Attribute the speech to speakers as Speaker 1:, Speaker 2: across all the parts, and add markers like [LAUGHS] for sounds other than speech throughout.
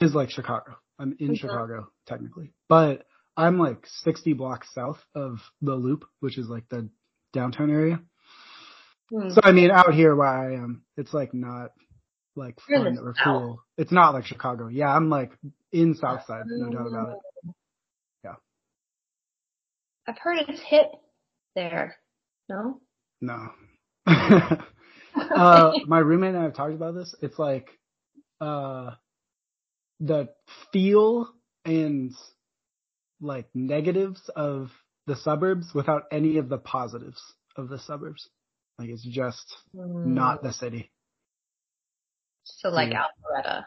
Speaker 1: is like Chicago. I'm
Speaker 2: Mm-hmm.
Speaker 1: in Chicago technically, but I'm like 60 blocks south of the Loop, which is like the downtown area.
Speaker 2: Hmm.
Speaker 1: So I mean, out here where I am, it's like not like
Speaker 2: You're
Speaker 1: fun
Speaker 2: in the
Speaker 1: or
Speaker 2: South.
Speaker 1: cool. It's not like Chicago. Yeah, I'm like in South Side, no doubt about it. Yeah.
Speaker 2: Hmm. I've heard it's hit there. No?
Speaker 1: No.
Speaker 2: Mm.
Speaker 1: [LAUGHS]
Speaker 2: [LAUGHS]
Speaker 1: uh, my roommate and I have talked about this. It's like uh, the feel and like negatives of the suburbs without any of the positives of the suburbs. Like it's just not the city.
Speaker 2: Hmm. So like
Speaker 1: Yeah. [LAUGHS]
Speaker 2: Alpharetta.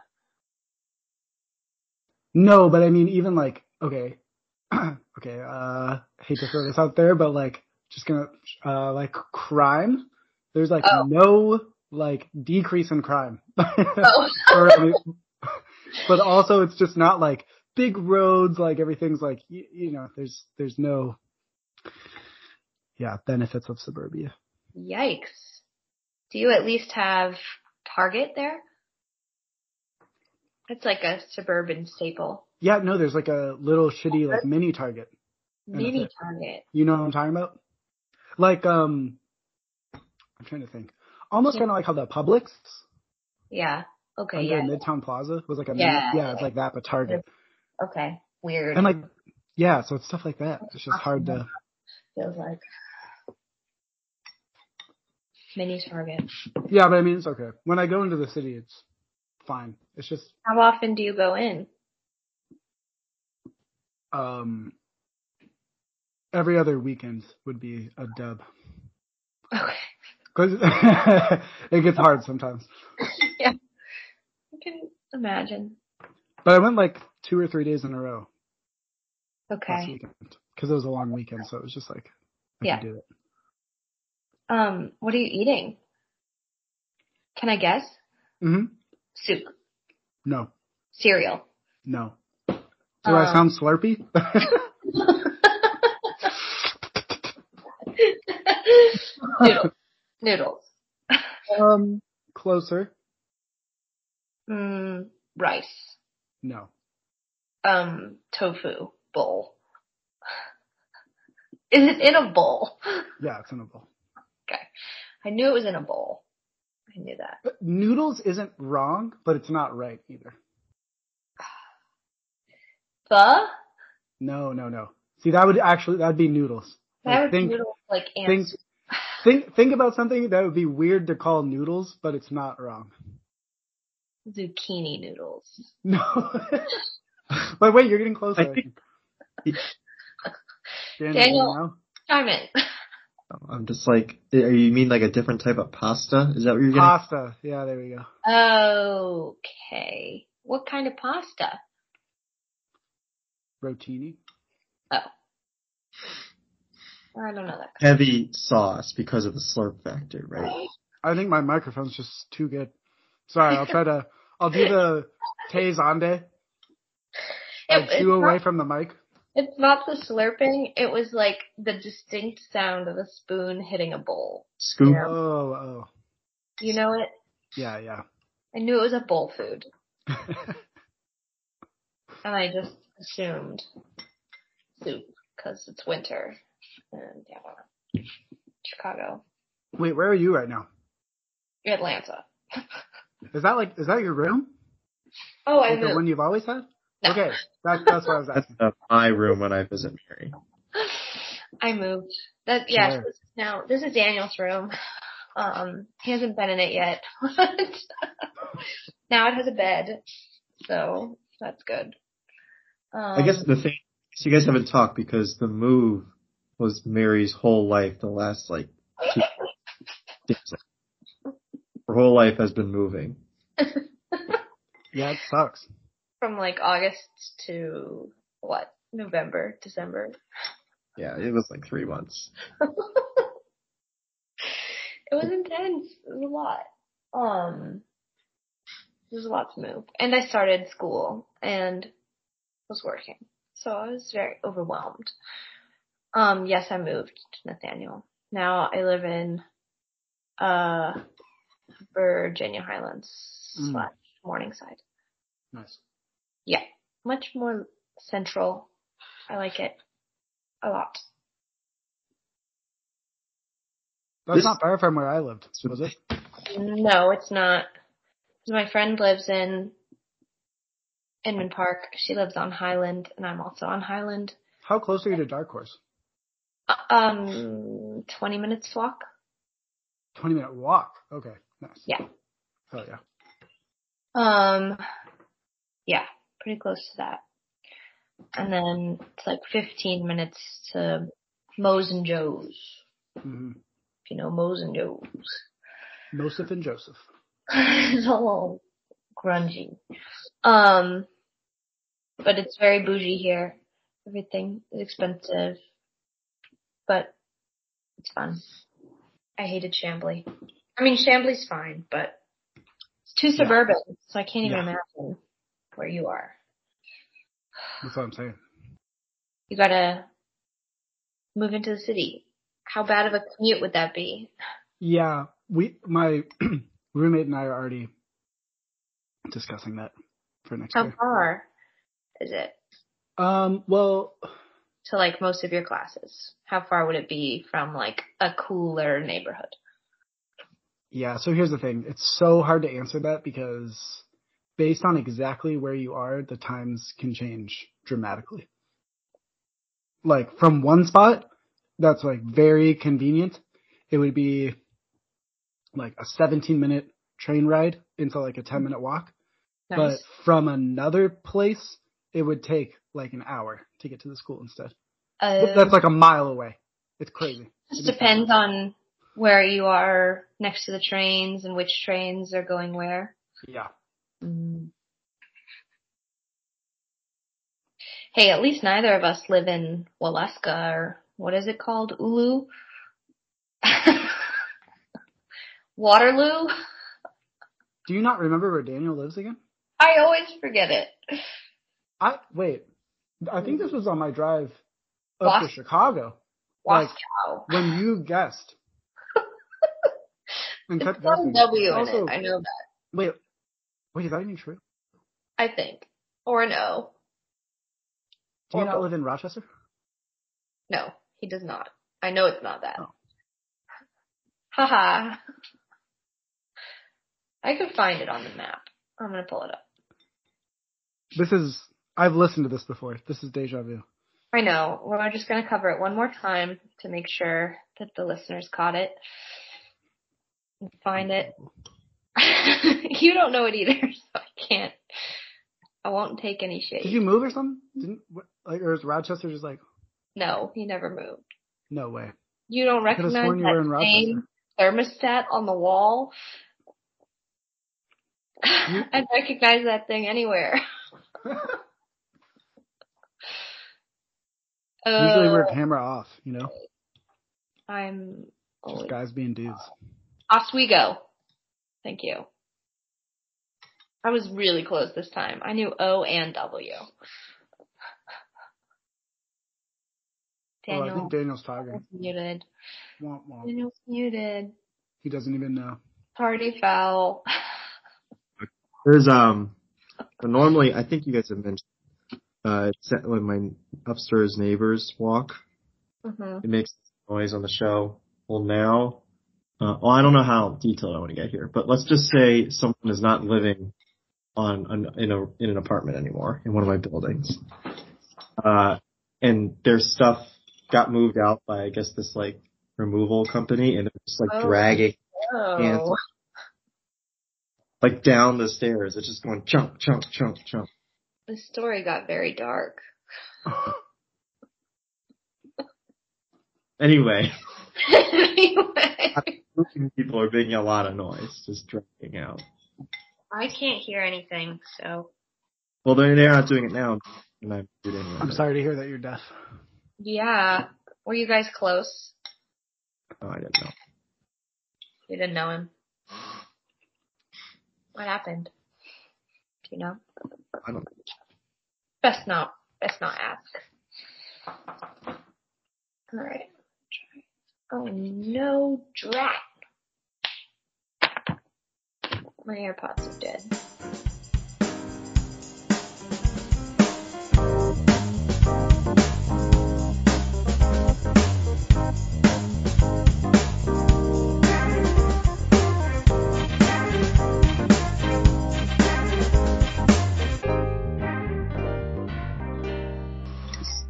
Speaker 1: No, but I mean, even like, okay, [CLEARS THROAT] okay, uh, hate to throw this out there, but like, just gonna, uh, like crime. There's like
Speaker 2: Oh.
Speaker 1: no, like, decrease in crime.
Speaker 2: Oh. [LAUGHS]
Speaker 1: Or, I mean, [LAUGHS] but also it's just not like big roads, like everything's like, you, you know, there's, there's no, yeah, benefits of suburbia.
Speaker 2: Yikes. Do you at least have Target there? It's like a suburban staple.
Speaker 1: Yeah, no, there's like a little shitty, like mini Target. that's
Speaker 2: Mini
Speaker 1: it.
Speaker 2: Target.
Speaker 1: You know what I'm talking about? Like, um, I'm trying to think. Almost
Speaker 2: Yeah.
Speaker 1: kind of like how the Publix
Speaker 2: Yeah. Okay.
Speaker 1: under
Speaker 2: Yeah.
Speaker 1: Midtown Plaza was like a
Speaker 2: Yeah.
Speaker 1: mini- yeah, it's like that but Target
Speaker 2: Okay. Weird.
Speaker 1: and like yeah, so it's stuff like that. It's just hard to
Speaker 2: feels like. Mini Target.
Speaker 1: yeah, but I mean it's okay. When I go into the city, it's fine. It's just
Speaker 2: How often do you go in? [LAUGHS]
Speaker 1: um every other weekend would be a dub
Speaker 2: Okay.
Speaker 1: because [LAUGHS] it gets hard sometimes.
Speaker 2: yeah. I can imagine.
Speaker 1: But I went like two or three days in a row last
Speaker 2: Okay.
Speaker 1: weekend because it was a long weekend, so it was just like I
Speaker 2: Yeah.
Speaker 1: could do it.
Speaker 2: Um, what are you eating? Can I guess?
Speaker 1: hmm
Speaker 2: Soup.
Speaker 1: No,
Speaker 2: Cereal.
Speaker 1: [LAUGHS] no. Do I
Speaker 2: Um,
Speaker 1: sound slurpy? [LAUGHS]
Speaker 2: Noodles. Noodles.
Speaker 1: um, closer.
Speaker 2: Mm, rice.
Speaker 1: No.
Speaker 2: Um, tofu bowl. Is it in a bowl?
Speaker 1: Yeah, it's in a bowl.
Speaker 2: I knew it was in a bowl. I knew that.
Speaker 1: But Uh, noodles isn't wrong, but it's not right either.
Speaker 2: Pho?
Speaker 1: No, no, no. See, that would actually that'd be noodles.
Speaker 2: That
Speaker 1: Like,
Speaker 2: would
Speaker 1: think,
Speaker 2: be noodles like
Speaker 1: think,
Speaker 2: ants.
Speaker 1: think, think about something that would be weird to call noodles, but it's not wrong. [LAUGHS]
Speaker 2: Zucchini noodles.
Speaker 1: No. but wait, you're getting closer.
Speaker 3: I think-
Speaker 1: Daniel,
Speaker 2: Daniel.
Speaker 1: now?
Speaker 2: Chime in.
Speaker 3: I'm just like, are you mean like a different type of pasta? Is that what you're getting?
Speaker 1: pasta. Yeah, there we go.
Speaker 2: Okay. What kind of pasta?
Speaker 1: Rotini.
Speaker 2: I don't know that.
Speaker 3: Heavy sauce because of the slurp factor, right?
Speaker 1: I think my microphone's just too good. Sorry, I'll try to. I'll do the Tezande.
Speaker 2: It,
Speaker 1: Like,
Speaker 2: it's,
Speaker 1: chew away
Speaker 2: not,
Speaker 1: from the mic.
Speaker 2: it's not the slurping. It was like the distinct sound of a spoon hitting a bowl.
Speaker 3: Scoop.
Speaker 1: Oh,
Speaker 2: Yeah.
Speaker 1: oh,
Speaker 2: You know it?
Speaker 1: yeah, yeah.
Speaker 2: I knew it was a bowl
Speaker 1: [LAUGHS]
Speaker 2: food, and I just assumed soup because it's winter. And yeah, I don't know. Chicago,
Speaker 1: Wait, where are you right now?
Speaker 2: Atlanta.
Speaker 1: Is that like is that your room?
Speaker 2: Oh, I
Speaker 1: Like the
Speaker 2: moved.
Speaker 1: one you've always had?
Speaker 2: No.
Speaker 1: Okay, that, that's what I was
Speaker 3: That's [LAUGHS]
Speaker 1: asking.
Speaker 3: uh, my room when I visit Mary.
Speaker 2: I moved. That yeah.
Speaker 1: Where?
Speaker 2: This is now this is Daniel's room. Um, he hasn't been in it yet. [LAUGHS] now it has a bed, so that's good. Um,
Speaker 3: I guess the thing, so you guys haven't talked because the move was Mary's whole life. The last like two days. her whole life has been moving.
Speaker 1: Yeah, it sucks.
Speaker 2: from like August to what November, December.
Speaker 3: Yeah, it was like three months.
Speaker 2: It was intense. It was a lot. Um, there's a lot to move, and I started school and was working, so I was very overwhelmed. Um, yes, I moved to Nathaniel. Now I live in uh Virginia Highlands
Speaker 1: Mm.
Speaker 2: slash Morningside.
Speaker 1: Nice.
Speaker 2: Much more central. I like it a lot.
Speaker 1: That's
Speaker 3: This-
Speaker 1: not far from where I lived, was it?
Speaker 2: No, it's not. 'Cause My friend lives in Inman Park. She lives on Highland, and I'm also on Highland.
Speaker 1: How close are you to Dark Horse?
Speaker 2: Uh, Um, 20 minutes walk.
Speaker 1: Twenty minute walk. Okay, nice.
Speaker 2: Yeah.
Speaker 1: Hell yeah.
Speaker 2: Um, yeah, pretty close to that. And then it's like 15 minutes to Moe's and Joe's.
Speaker 1: Mm-hmm.
Speaker 2: If you know Moe's and Joe's.
Speaker 1: Joseph and Joseph.
Speaker 2: [LAUGHS] it's a little grungy. Um, but it's very bougie here. Everything is expensive, but it's fun. I hated Chambly. I mean, Chambly's fine, but it's too
Speaker 1: Yeah.
Speaker 2: suburban, so I can't even
Speaker 1: Yeah.
Speaker 2: imagine where you are.
Speaker 1: That's what I'm saying.
Speaker 2: You gotta move into the city. How bad of a commute would that be?
Speaker 1: Yeah, we my [CLEARS THROAT] roommate and I are already discussing that for next
Speaker 2: How
Speaker 1: year.
Speaker 2: far is it?
Speaker 1: Um, well,
Speaker 2: to like most of your classes? How far would it be from like a cooler neighborhood?
Speaker 1: yeah. So here's the thing: it's so hard to answer that because based on exactly where you are, the times can change dramatically. Like from one spot that's like very convenient, it would be like a 17 minute train ride into like a 10 minute walk.
Speaker 2: Nice.
Speaker 1: But from another place, it would take like an hour to get to the school instead.
Speaker 2: uh,
Speaker 1: That's like a mile away. It's crazy.
Speaker 2: just depends on where you are next to the trains and which trains are going where.
Speaker 1: Yeah. Mm.
Speaker 2: Hey, at least neither of us live in Waleska or what is it called? Ulu? [LAUGHS] Waterloo?
Speaker 1: Do you not remember where Daniel lives again?
Speaker 2: I always forget it.
Speaker 1: I wait. I think this was on my drive up
Speaker 2: Boston.
Speaker 1: to Chicago Like-
Speaker 2: Wascow.
Speaker 1: when you
Speaker 2: [LAUGHS]
Speaker 1: guessed. and
Speaker 2: It's
Speaker 1: kept
Speaker 2: got a
Speaker 1: guessing.
Speaker 2: W in
Speaker 1: Also-
Speaker 2: it. I know that.
Speaker 1: Wait, wait, is that even true?
Speaker 2: I think. Or an O.
Speaker 1: Do you
Speaker 2: Or
Speaker 1: not
Speaker 2: both.
Speaker 1: live in Rochester?
Speaker 2: No, he does not. I know it's not that.
Speaker 1: Oh.
Speaker 2: Haha. I could find it on the map. I'm gonna pull it up.
Speaker 1: This is. I've listened to this before. This is deja vu.
Speaker 2: I know. We're just gonna cover it one more time to make sure that the listeners caught it. Find it. [LAUGHS] you don't know it either, [LAUGHS] so I can't. I won't take any shade.
Speaker 1: Did you move or something? Didn't what- like or is Rochester just like
Speaker 2: No, he never moved.
Speaker 1: no way?
Speaker 2: You don't
Speaker 1: I could have
Speaker 2: recognize
Speaker 1: sworn you were in
Speaker 2: that
Speaker 1: Rochester.
Speaker 2: same thermostat on the wall. [LAUGHS]
Speaker 1: You-
Speaker 2: I'd recognize that thing anywhere.
Speaker 1: [LAUGHS] Usually
Speaker 2: Uh,
Speaker 1: we're camera off, you know?
Speaker 2: I'm
Speaker 1: Just
Speaker 2: always-
Speaker 1: guys being dudes.
Speaker 2: oh, Oswego. Thank you. I was really close this time. I knew O and W.
Speaker 1: Oh, I
Speaker 2: Daniel
Speaker 1: think Daniel's
Speaker 2: was
Speaker 1: talking.
Speaker 2: muted.
Speaker 1: Womp womp.
Speaker 2: Daniel's muted.
Speaker 1: He doesn't even know.
Speaker 2: Party foul.
Speaker 3: There's um but normally I think you guys have mentioned uh it's that when my upstairs neighbors walk.
Speaker 2: hmm
Speaker 3: It makes noise on the show. Well now uh well I don't know how detailed I want to get here, but let's just say someone is not living on an, in a in an apartment anymore in one of my buildings. Uh and their stuff got moved out by I guess this like removal company and they're just like
Speaker 2: Oh.
Speaker 3: dragging
Speaker 2: Oh.
Speaker 3: like down the stairs. It's just going chunk, chunk, chunk, chunk.
Speaker 2: The story got very dark. [LAUGHS]
Speaker 3: Anyway, [LAUGHS]
Speaker 2: anyway.
Speaker 3: people are making a lot of noise, just dragging out.
Speaker 2: [LAUGHS] I can't hear anything, so
Speaker 3: Well, they're, they're not doing it now, and I'm doing it.
Speaker 1: I'm sorry to hear that you're deaf.
Speaker 2: yeah. Were you guys close?
Speaker 3: No, Oh, I didn't know.
Speaker 2: You didn't know him. What happened? Do you know?
Speaker 3: I don't.
Speaker 2: Best not. Best not ask. All right. Oh no, drat! My AirPods are dead.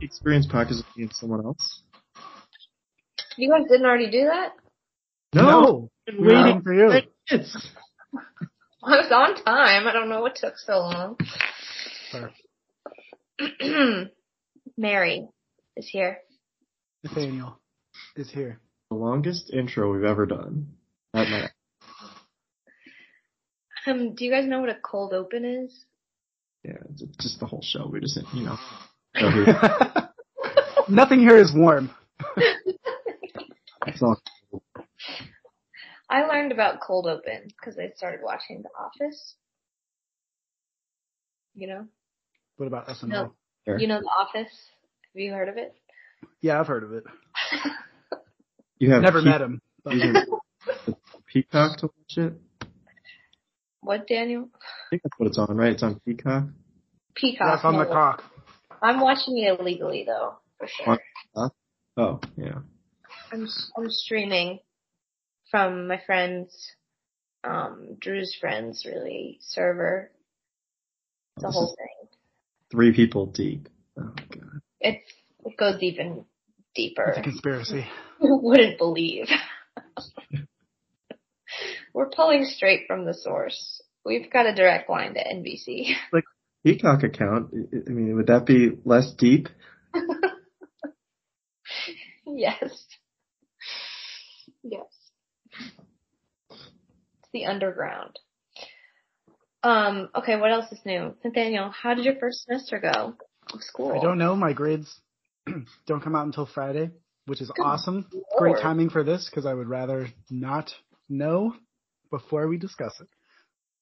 Speaker 3: experience practicing against someone else?
Speaker 2: You guys didn't already do that?
Speaker 1: No,
Speaker 3: I've been
Speaker 1: no waiting for you.
Speaker 3: ten minutes.
Speaker 2: I was on time. I don't know what took so long. [CLEARS THROAT]
Speaker 1: Sorry.
Speaker 2: Mary is here.
Speaker 1: Nathaniel is here.
Speaker 3: The longest intro we've ever done. That might-
Speaker 2: Um, do you guys know what a cold open is?
Speaker 3: yeah, it's just the whole show. We just, you know.
Speaker 1: Nothing here is warm.
Speaker 3: It's all
Speaker 2: I learned about cold open because I started watching The Office. You know,
Speaker 1: What about SNL?
Speaker 2: No.
Speaker 3: Sure.
Speaker 2: you know The Office. Have you heard of it?
Speaker 1: Yeah, I've heard of it.
Speaker 3: You have
Speaker 1: Never
Speaker 3: pe-
Speaker 1: met him. But
Speaker 3: you have Peacock to watch it.
Speaker 2: What, Daniel?
Speaker 3: I think that's what it's on, right? It's on Peacock.
Speaker 2: Peacock.
Speaker 1: that's on the
Speaker 2: no.
Speaker 1: cock.
Speaker 2: I'm watching it illegally though, for sure.
Speaker 3: What? Oh, yeah.
Speaker 2: I'm I'm streaming from my friend's, um, Drew's friend's really server. The
Speaker 3: This
Speaker 2: whole
Speaker 3: is
Speaker 2: thing.
Speaker 3: three people deep. Oh god.
Speaker 2: It's it goes even deeper.
Speaker 1: It's a conspiracy.
Speaker 2: [LAUGHS] Who wouldn't believe? [LAUGHS] We're pulling straight from the source. We've got a direct line to NBC.
Speaker 3: Peacock account. I- I mean, would that be less deep?
Speaker 2: [LAUGHS] yes. Yes. It's the underground. Um, okay, what else is new? Nathaniel, how did your first semester go of school?
Speaker 1: I don't know. My grades [CLEARS THROAT] don't come out until Friday, which is
Speaker 2: Good
Speaker 1: awesome.
Speaker 2: Lord.
Speaker 1: Great timing for this because I would rather not know before we discuss it.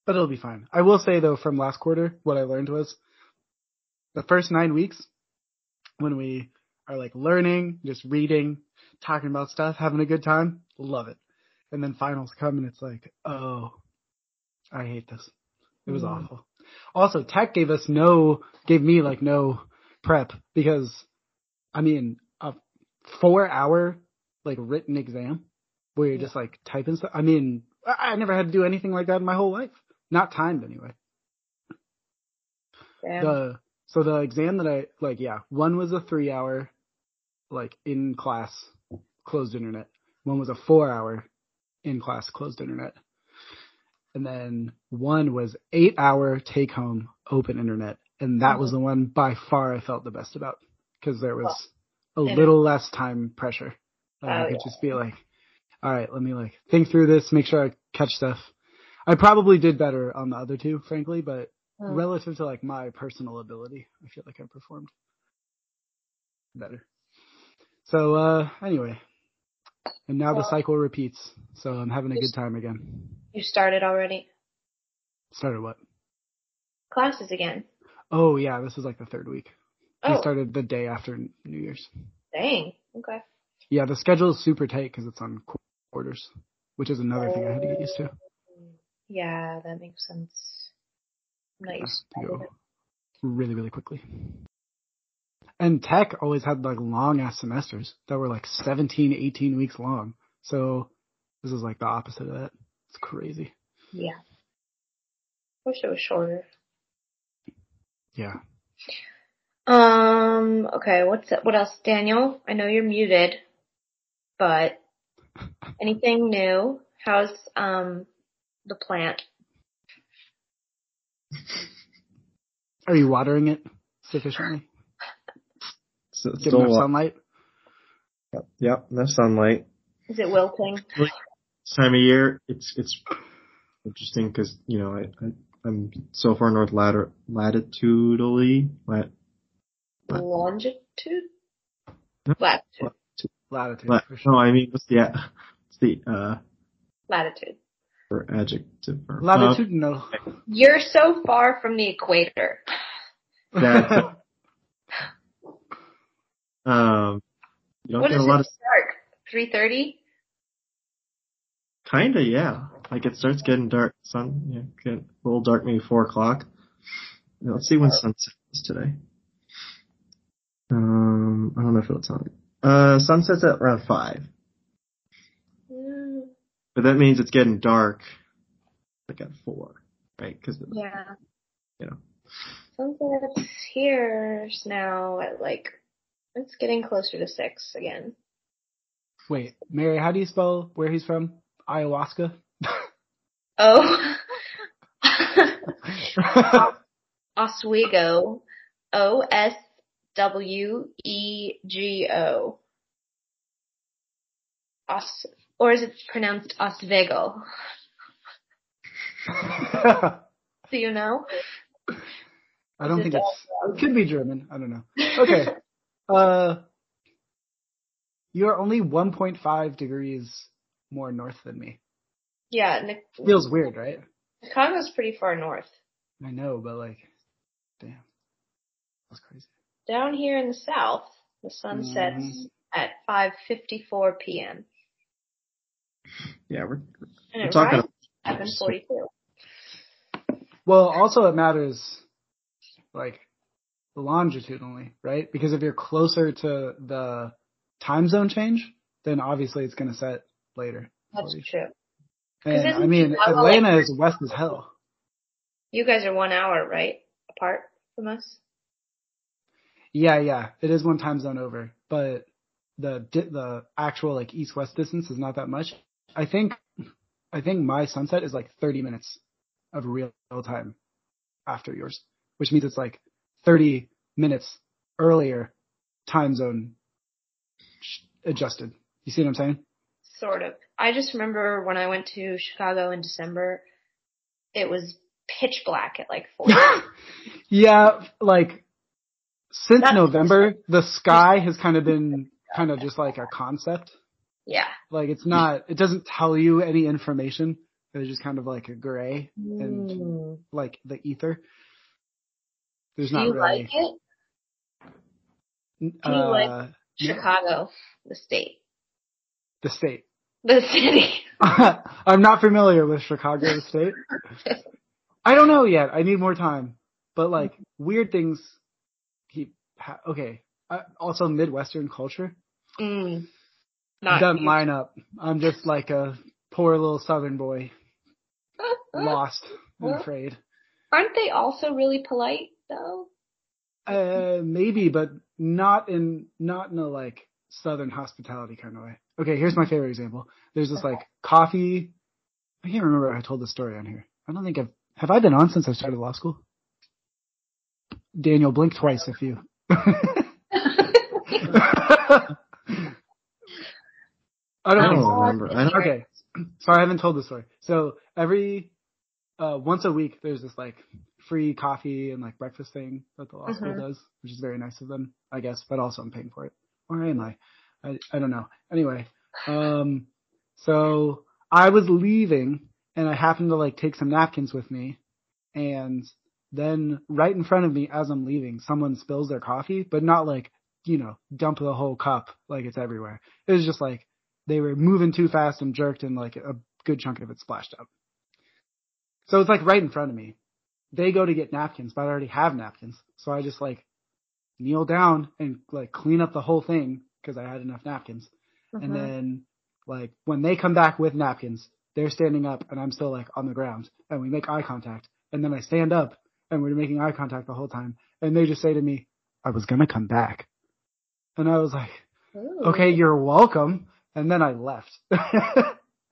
Speaker 1: But it'll be fine. I will say though, from last quarter, what I learned was the first nine weeks when we are like learning, just reading, talking about stuff, having a good time, love it. And then finals come and it's like, oh, I hate this. It was
Speaker 2: Mm.
Speaker 1: awful. Also, tech gave us no, gave me like no prep because, I mean, a four hour like written exam where you're just like typing stuff. I mean, I I never had to do anything like that in my whole life. Not timed anyway.
Speaker 2: Damn.
Speaker 1: The so the exam that I like, yeah, one was a three hour, like in class closed internet. One was a four hour in class closed internet. And then one was eight hour take home open internet. And that
Speaker 2: Mm-hmm.
Speaker 1: was the one by far I felt the best about because there was a
Speaker 2: Yeah.
Speaker 1: little less time pressure. Like,
Speaker 2: Oh,
Speaker 1: I could
Speaker 2: yeah.
Speaker 1: just be like, all right, let me like think through this, make sure I catch stuff. I probably did better on the other two, frankly, but
Speaker 2: Mm.
Speaker 1: relative to like my personal ability, I feel like I performed better. So uh anyway, and now the
Speaker 2: Well-
Speaker 1: cycle repeats. So I'm having a good time again.
Speaker 2: you started already?
Speaker 1: Started what?
Speaker 2: Classes again.
Speaker 1: Oh yeah, this is like the third week. I
Speaker 2: Oh,
Speaker 1: started the day after New Year's.
Speaker 2: dang. Okay.
Speaker 1: Yeah, the schedule is super tight because it's on qu- quarters, which is another thing I had to get used to.
Speaker 2: Yeah, that makes sense. I'm not used
Speaker 1: to
Speaker 2: to
Speaker 1: go
Speaker 2: that.
Speaker 1: really, really quickly. And tech always had like long ass semesters that were like 17, 18 weeks long. So this is like the opposite of that. It's crazy.
Speaker 2: Yeah. Wish it was shorter.
Speaker 1: Yeah.
Speaker 2: Um. Okay. What's what else, Daniel? I know you're muted, but
Speaker 3: [LAUGHS]
Speaker 2: anything new? How's um the plant?
Speaker 1: Are you watering it sufficiently?
Speaker 3: So it's
Speaker 1: Getting
Speaker 3: still
Speaker 1: enough
Speaker 3: wa-
Speaker 1: sunlight?
Speaker 3: Yep, enough sunlight.
Speaker 2: Is it wilting?
Speaker 3: This time of year, it's it's interesting because you know I, I I'm so far north latter, latitudinally lat, What?
Speaker 2: Longitude?
Speaker 3: No.
Speaker 2: Latitude.
Speaker 1: Latitude.
Speaker 3: lat,
Speaker 1: for sure.
Speaker 3: no I mean what's the a- what's the uh
Speaker 2: Latitude.
Speaker 3: or adjective or um, [LAUGHS]
Speaker 1: Latitudinal.
Speaker 2: You're so far from the equator. [LAUGHS]
Speaker 3: that- um, um you don't
Speaker 2: What
Speaker 3: get
Speaker 2: is
Speaker 3: a lot
Speaker 2: it?
Speaker 3: of
Speaker 2: Dark. Three thirty.
Speaker 3: Kinda, yeah. Like it starts getting dark. Sun, yeah, get a little dark maybe four o'clock. Yeah, Let's see when sunset is today. Um, I don't know if it's on. Uh, sunset's at around five, Hmm. but that means it's getting dark, like at four, right? Because
Speaker 2: Yeah.
Speaker 3: Yeah.
Speaker 2: Sunset's here now at like It's getting closer to six again.
Speaker 1: [LAUGHS] Wait, Mary, how do you spell where he's from?
Speaker 3: [LAUGHS]
Speaker 1: Ayahuasca? [LAUGHS]
Speaker 2: Oh. [LAUGHS] Oswego. O S W E G O. Os, or is it pronounced Oswego?
Speaker 1: I
Speaker 2: Do you know?
Speaker 1: don't
Speaker 2: Is it
Speaker 1: think it's it could be German. I don't know.
Speaker 2: [LAUGHS]
Speaker 1: Okay. Uh you are only 1.5 degrees more north than me.
Speaker 2: yeah, Nic-
Speaker 1: Feels weird, right?
Speaker 2: Chicago's pretty far north.
Speaker 1: I know, but like, damn, that's crazy.
Speaker 2: Down here in the south, the sun sets
Speaker 1: Mhm.
Speaker 2: at 5:54 p.m.
Speaker 3: Yeah, we're
Speaker 2: and
Speaker 3: We're
Speaker 2: it
Speaker 3: talking-
Speaker 2: rises at 7:42.
Speaker 1: Well, also it matters, like, longitudinally, right? Because if you're closer to the time zone change, then obviously it's gonna set later.
Speaker 2: That's
Speaker 1: for you.
Speaker 2: true.
Speaker 1: And
Speaker 2: isn't
Speaker 1: I mean,
Speaker 2: Chicago,
Speaker 1: Atlanta is west as hell.
Speaker 2: You guys are one hour right apart from us.
Speaker 1: Yeah, yeah, it is one time zone over, but the di- the actual like east west distance is not that much. I think I think my sunset is like 30 minutes of real time after yours, which means it's like 30 minutes earlier time zone sh- adjusted. You see what I'm saying?
Speaker 2: Sort of. I just remember when I went to Chicago in December, it was pitch black at like
Speaker 1: [LAUGHS]
Speaker 2: four.
Speaker 1: yeah, like since
Speaker 2: That's-
Speaker 1: November, the sky has kind of been kind of just like a concept.
Speaker 2: yeah.
Speaker 1: Like it's not, it doesn't tell you any information. It's just kind of like a gray, And- like the ether. There's
Speaker 2: Do
Speaker 1: not
Speaker 2: you
Speaker 1: really.
Speaker 2: like it?
Speaker 1: uh,
Speaker 2: like-
Speaker 1: Yeah.
Speaker 2: Chicago, the state,
Speaker 1: the state. [LAUGHS]
Speaker 2: the [LAUGHS] city.
Speaker 1: I'm not familiar with Chicago the
Speaker 2: [LAUGHS]
Speaker 1: state. I don't know yet. I need more time. But like weird things keep. Ha- okay. Uh, also, Midwestern culture
Speaker 2: Mm. Not
Speaker 1: doesn't
Speaker 2: you.
Speaker 1: line up. I'm just like a poor little Southern boy, lost and afraid.
Speaker 2: [LAUGHS] Aren't they also really polite though? [LAUGHS]
Speaker 1: Uh, maybe, but not in not in a like southern hospitality kind of way. Okay, here's my favorite example. There's this like coffee. I can't remember if I told this story on here. I don't think I've have I been on since I started law school. Daniel, blink twice if you. I
Speaker 3: I
Speaker 1: don't think
Speaker 3: don't
Speaker 1: so.
Speaker 3: remember. I
Speaker 2: [LAUGHS]
Speaker 3: don't,
Speaker 1: Okay, sorry, I haven't told the story. So every uh, once a week, there's this like free coffee and like breakfast thing that the law school
Speaker 2: Mhm.
Speaker 1: does, which is very nice of them, I guess. But also, I'm paying for it, or am I? I, I don't know. Anyway, um, so I was leaving, and I happened to like take some napkins with me, and then right in front of me as I'm leaving, someone spills their coffee, but not like you know dump the whole cup like it's everywhere. It was just like they were moving too fast and jerked, and like a good chunk of it splashed out. So it's like right in front of me. They go to get napkins, but I already have napkins. So I just like kneel down and like clean up the whole thing because I had enough napkins.
Speaker 2: Uh-huh.
Speaker 1: And then like when they come back with napkins, they're standing up and I'm still like on the ground and we make eye contact. And then I stand up and we're making eye contact the whole time. And they just say to me, I was going to come back. And I was like,
Speaker 2: Ooh.
Speaker 1: okay, you're welcome. And then I left. [LAUGHS]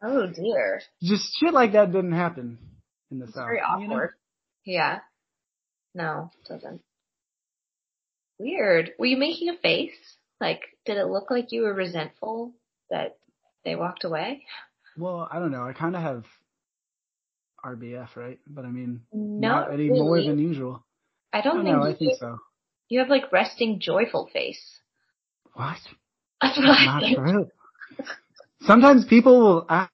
Speaker 2: Oh dear.
Speaker 1: just shit like that didn't happen in the
Speaker 2: It's
Speaker 1: South.
Speaker 2: very
Speaker 1: you know?
Speaker 2: awkward. Yeah. No, it doesn't. Weird. Were you making a face? Like, did it look like you were resentful that they walked away?
Speaker 1: Well, I don't know. I kind of have RBF, right? But I mean,
Speaker 2: No.
Speaker 1: not any more than usual.
Speaker 2: I
Speaker 1: I don't
Speaker 2: don't
Speaker 1: know. I
Speaker 2: think, you,
Speaker 1: think so.
Speaker 2: you have like resting joyful face. [LAUGHS]
Speaker 1: What?
Speaker 2: That's what [LAUGHS] I
Speaker 1: Not
Speaker 2: think. [LAUGHS]
Speaker 1: true. Sometimes people will ask,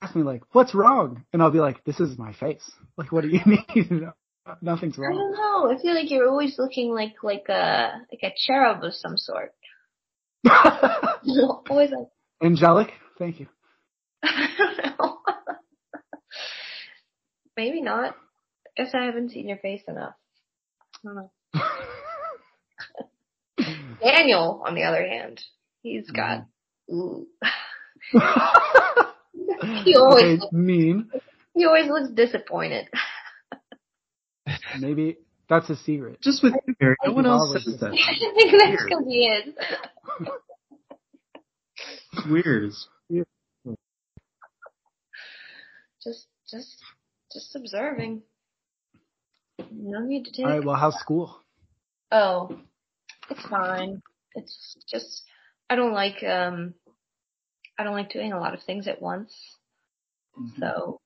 Speaker 1: ask me like, "What's wrong?" and I'll be like, "This is my face." Like, what do you [LAUGHS] mean? Nothing's
Speaker 2: I
Speaker 1: wrong.
Speaker 2: don't know. I feel like you're always looking like like a like a cherub of some sort. [LAUGHS] always like
Speaker 1: [LAUGHS]
Speaker 2: [LAUGHS]
Speaker 1: Angelic. Thank you.
Speaker 2: I don't know. [LAUGHS] Maybe not. guess I haven't seen your face enough. I don't know. Daniel, on the other hand, he's got
Speaker 1: Mm-hmm.
Speaker 2: ooh. [LAUGHS] He always
Speaker 1: Okay, mean.
Speaker 2: he always looks disappointed.
Speaker 1: Maybe That's his secret.
Speaker 3: Just with you, Mary. No
Speaker 1: I
Speaker 3: one
Speaker 1: think
Speaker 3: else
Speaker 1: always
Speaker 3: says
Speaker 1: just-
Speaker 2: [LAUGHS]
Speaker 3: that.
Speaker 2: I think that's gonna be it.
Speaker 3: It's weird. It's-
Speaker 2: Just, just, just observing. No need to take.
Speaker 1: All right. Well, how's school?
Speaker 2: Oh, it's fine. It's just I don't like um I don't like doing a lot of things at once. So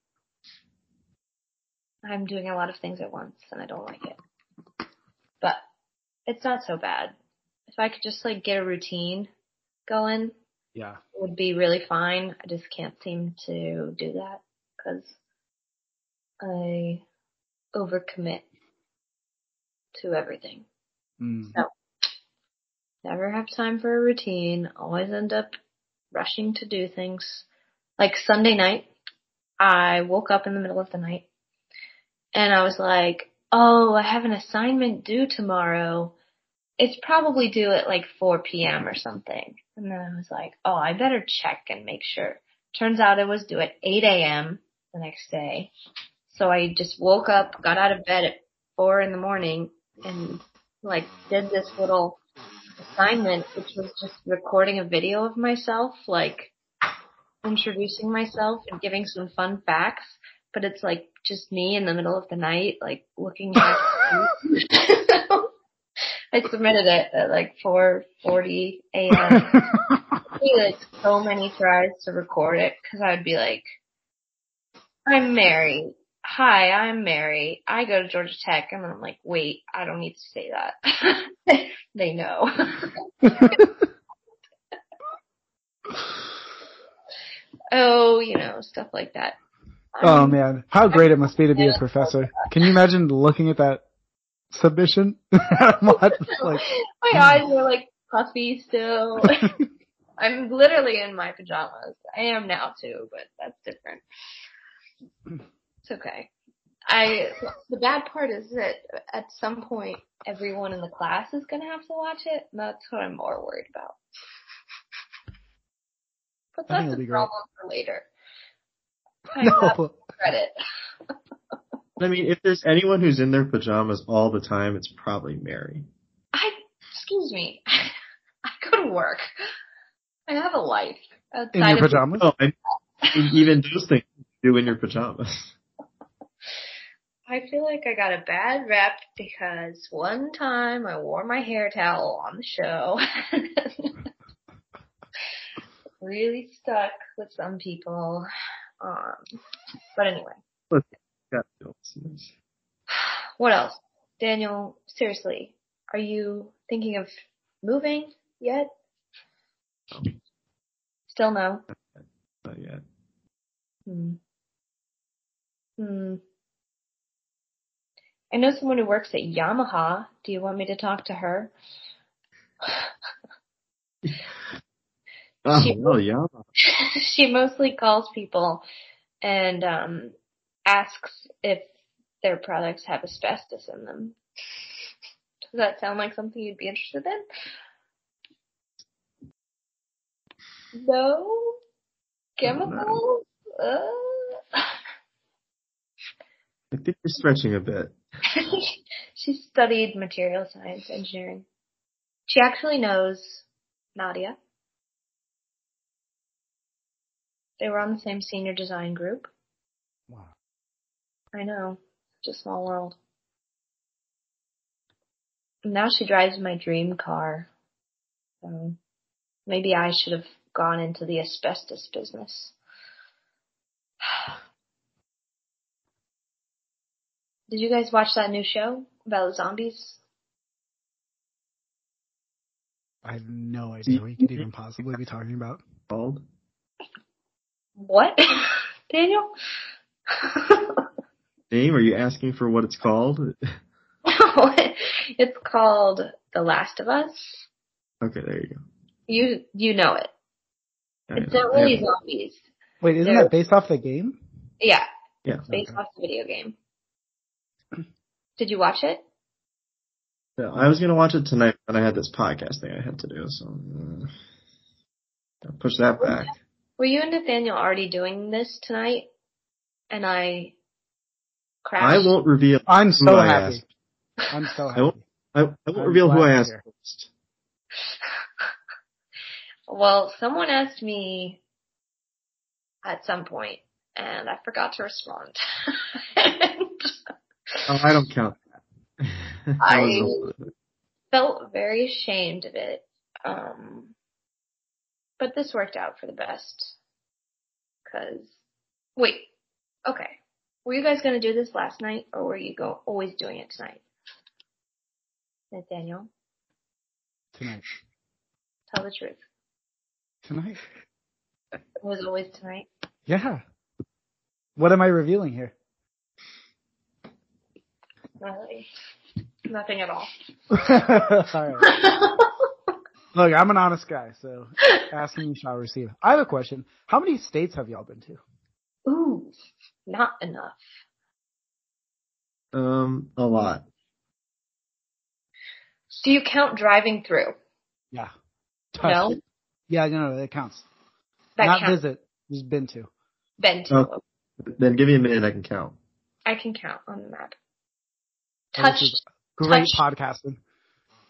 Speaker 2: I'm doing a lot of things at once and I don't like it. But it's not so bad. If I could just like get a routine going, it
Speaker 1: Yeah.
Speaker 2: would be really fine. I just can't seem to do that cuz I overcommit to everything
Speaker 1: Mm.
Speaker 2: never have time for a routine, always end up rushing to do things. Like Sunday night, I woke up in the middle of the night and I was like, oh, I have an assignment due tomorrow. It's probably due at like 4 p.m. or something. And then I was like, oh, I better check and make sure. Turns out it was due at 8 a.m. the next day. So I just woke up, got out of bed at 4 in the morning and like did this little assignment, which was just recording a video of myself, like introducing myself and giving some fun facts. But it's like just me in the middle of the night, like looking at. [LAUGHS] I submitted it at like 4:40 a.m.
Speaker 1: [LAUGHS]
Speaker 2: be like so many tries to record it because I would be like, I'm Mary. Hi, I'm Mary. I go to Georgia Tech. And then I'm like, wait, I don't need to say that. [LAUGHS] they know. oh, you know, stuff like that.
Speaker 1: oh
Speaker 2: I'm-
Speaker 1: man, how great it must be to be a professor. Can you imagine looking at that submission? [LAUGHS] What? [LAUGHS] like, hmm.
Speaker 2: my eyes are like puffy still.
Speaker 1: [LAUGHS]
Speaker 2: I'm literally in my pajamas. I am now too, but that's different. It's okay. I the bad part is that at some point everyone in the class is gonna have to watch it. And that's what I'm more worried about. [LAUGHS] But
Speaker 1: I think
Speaker 2: that's
Speaker 1: it'll
Speaker 2: a
Speaker 1: be great.
Speaker 2: problem for
Speaker 1: [LAUGHS]
Speaker 2: later. I have
Speaker 1: no.
Speaker 2: credit.
Speaker 3: I mean, if there's anyone who's in their pajamas all the time, it's probably Mary.
Speaker 2: I excuse me. [LAUGHS] I go to work. I have a life outside
Speaker 1: In your
Speaker 2: of the
Speaker 1: pajamas?
Speaker 3: Oh, I, even those things you do in your pajamas. [LAUGHS]
Speaker 2: I feel like I got a bad rep because one time I wore my hair towel on the show. [LAUGHS] really stuck with some people. Um, but anyway,
Speaker 3: Got to.
Speaker 2: what else? Daniel, seriously, are you thinking of moving yet? Still no.
Speaker 3: Not yet.
Speaker 2: Hmm. Hmm. I know someone who works at Yamaha. Do you want me to talk to her? [LAUGHS]
Speaker 3: Oh,
Speaker 2: She-
Speaker 3: well, yeah.
Speaker 2: she mostly calls people and um, asks if their products have asbestos in them. [LAUGHS] Does that sound like something you'd be interested in? No chemicals. Uh. [LAUGHS]
Speaker 3: I think you're stretching a bit.
Speaker 2: [LAUGHS] she studied material science engineering. She actually knows Nadia. They were on the same senior design group.
Speaker 1: Wow.
Speaker 2: I know. It's a small world. Now she drives my dream car. So maybe I should have gone into the asbestos business. [SIGHS] Did you guys watch that new show about zombies?
Speaker 1: I have no idea what you could even possibly be talking about.
Speaker 3: Bald.
Speaker 2: [LAUGHS] What? [LAUGHS] Daniel?
Speaker 3: Name? Are you asking for what it's called? [LAUGHS]
Speaker 2: it's called The Last of Us.
Speaker 3: Okay, there you go.
Speaker 2: You you know it.
Speaker 3: I
Speaker 2: It's
Speaker 3: know.
Speaker 2: not
Speaker 3: I
Speaker 2: really
Speaker 3: have-
Speaker 2: zombies.
Speaker 1: Wait, isn't
Speaker 2: There-
Speaker 1: that based off the game?
Speaker 2: Yeah,
Speaker 3: yeah.
Speaker 2: based
Speaker 3: okay.
Speaker 2: off the video game. [CLEARS THROAT] Did you watch it?
Speaker 3: Yeah, I was gonna watch it tonight, but I had this podcast thing I had to do, so mm, I'll push that back.
Speaker 2: Were you and Nathaniel already doing this tonight? And I crashed.
Speaker 3: I won't reveal.
Speaker 1: I'm so
Speaker 3: Who I
Speaker 1: happy.
Speaker 3: asked.
Speaker 1: I'm so
Speaker 3: I won't-
Speaker 1: happy.
Speaker 3: I, I won't
Speaker 1: I'm
Speaker 3: reveal who
Speaker 1: glad
Speaker 3: I
Speaker 1: to
Speaker 3: asked
Speaker 1: hear.
Speaker 3: first.
Speaker 2: Well, someone asked me at some point, and I forgot to respond. [LAUGHS] and
Speaker 3: Oh, I don't count that. [LAUGHS] That
Speaker 2: I-
Speaker 3: was the-
Speaker 2: felt very ashamed of it. Um, but this worked out for the best. Cause, wait, okay. Were you guys gonna do this last night, or were you go always doing it tonight? Nathaniel,
Speaker 1: Tonight.
Speaker 2: tell the truth.
Speaker 1: Tonight?
Speaker 2: It was always tonight.
Speaker 1: Yeah. What am I revealing here? [LAUGHS]
Speaker 2: Not really. Nothing at all. [LAUGHS]
Speaker 1: All right. Look, I'm an honest guy, so ask and you shall receive. I have a question. How many states have y'all been to?
Speaker 2: Ooh, not enough.
Speaker 3: um, a lot.
Speaker 2: Do you count driving through?
Speaker 1: Yeah.
Speaker 2: No,
Speaker 1: Yeah, no, that counts.
Speaker 2: that
Speaker 1: Not
Speaker 2: counts.
Speaker 1: visit, just been to.
Speaker 2: Been to.
Speaker 3: Oh. Then give me a minute, I can count.
Speaker 2: I can count on the map.
Speaker 1: Oh, this
Speaker 2: Touched,
Speaker 1: is Great
Speaker 2: touched.
Speaker 1: podcasting.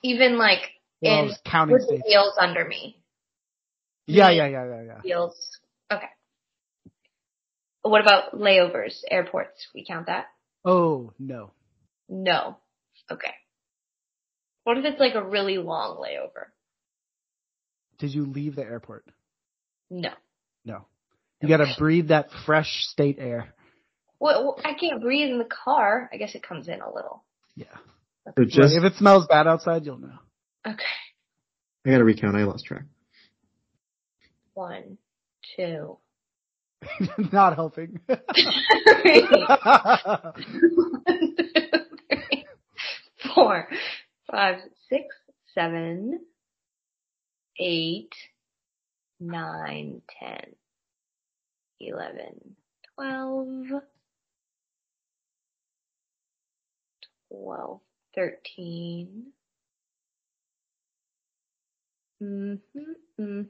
Speaker 2: even like in
Speaker 1: Loves counting
Speaker 2: with the
Speaker 1: states.
Speaker 2: wheels under me.
Speaker 1: Yeah, yeah, yeah, yeah, yeah.
Speaker 2: Wheels. Okay. What about layovers, airports? We count that?
Speaker 1: Oh, no.
Speaker 2: No. Okay. What if it's like a really long layover?
Speaker 1: Did you leave the airport?
Speaker 2: No.
Speaker 1: No. You gotta breathe that fresh state air.
Speaker 2: Well, I can't breathe in the car. I guess it comes in a little.
Speaker 1: Yeah.
Speaker 3: So just,
Speaker 1: Look, if it smells bad outside, you'll know. [LAUGHS]
Speaker 2: Okay.
Speaker 3: I gotta recount, I lost track.
Speaker 2: One, two,
Speaker 1: Not helping.
Speaker 2: three. One, two, three, [LAUGHS] four, five, six, seven, eight, nine, ten, eleven, twelve, twelve, thirteen. Mhm, mhm,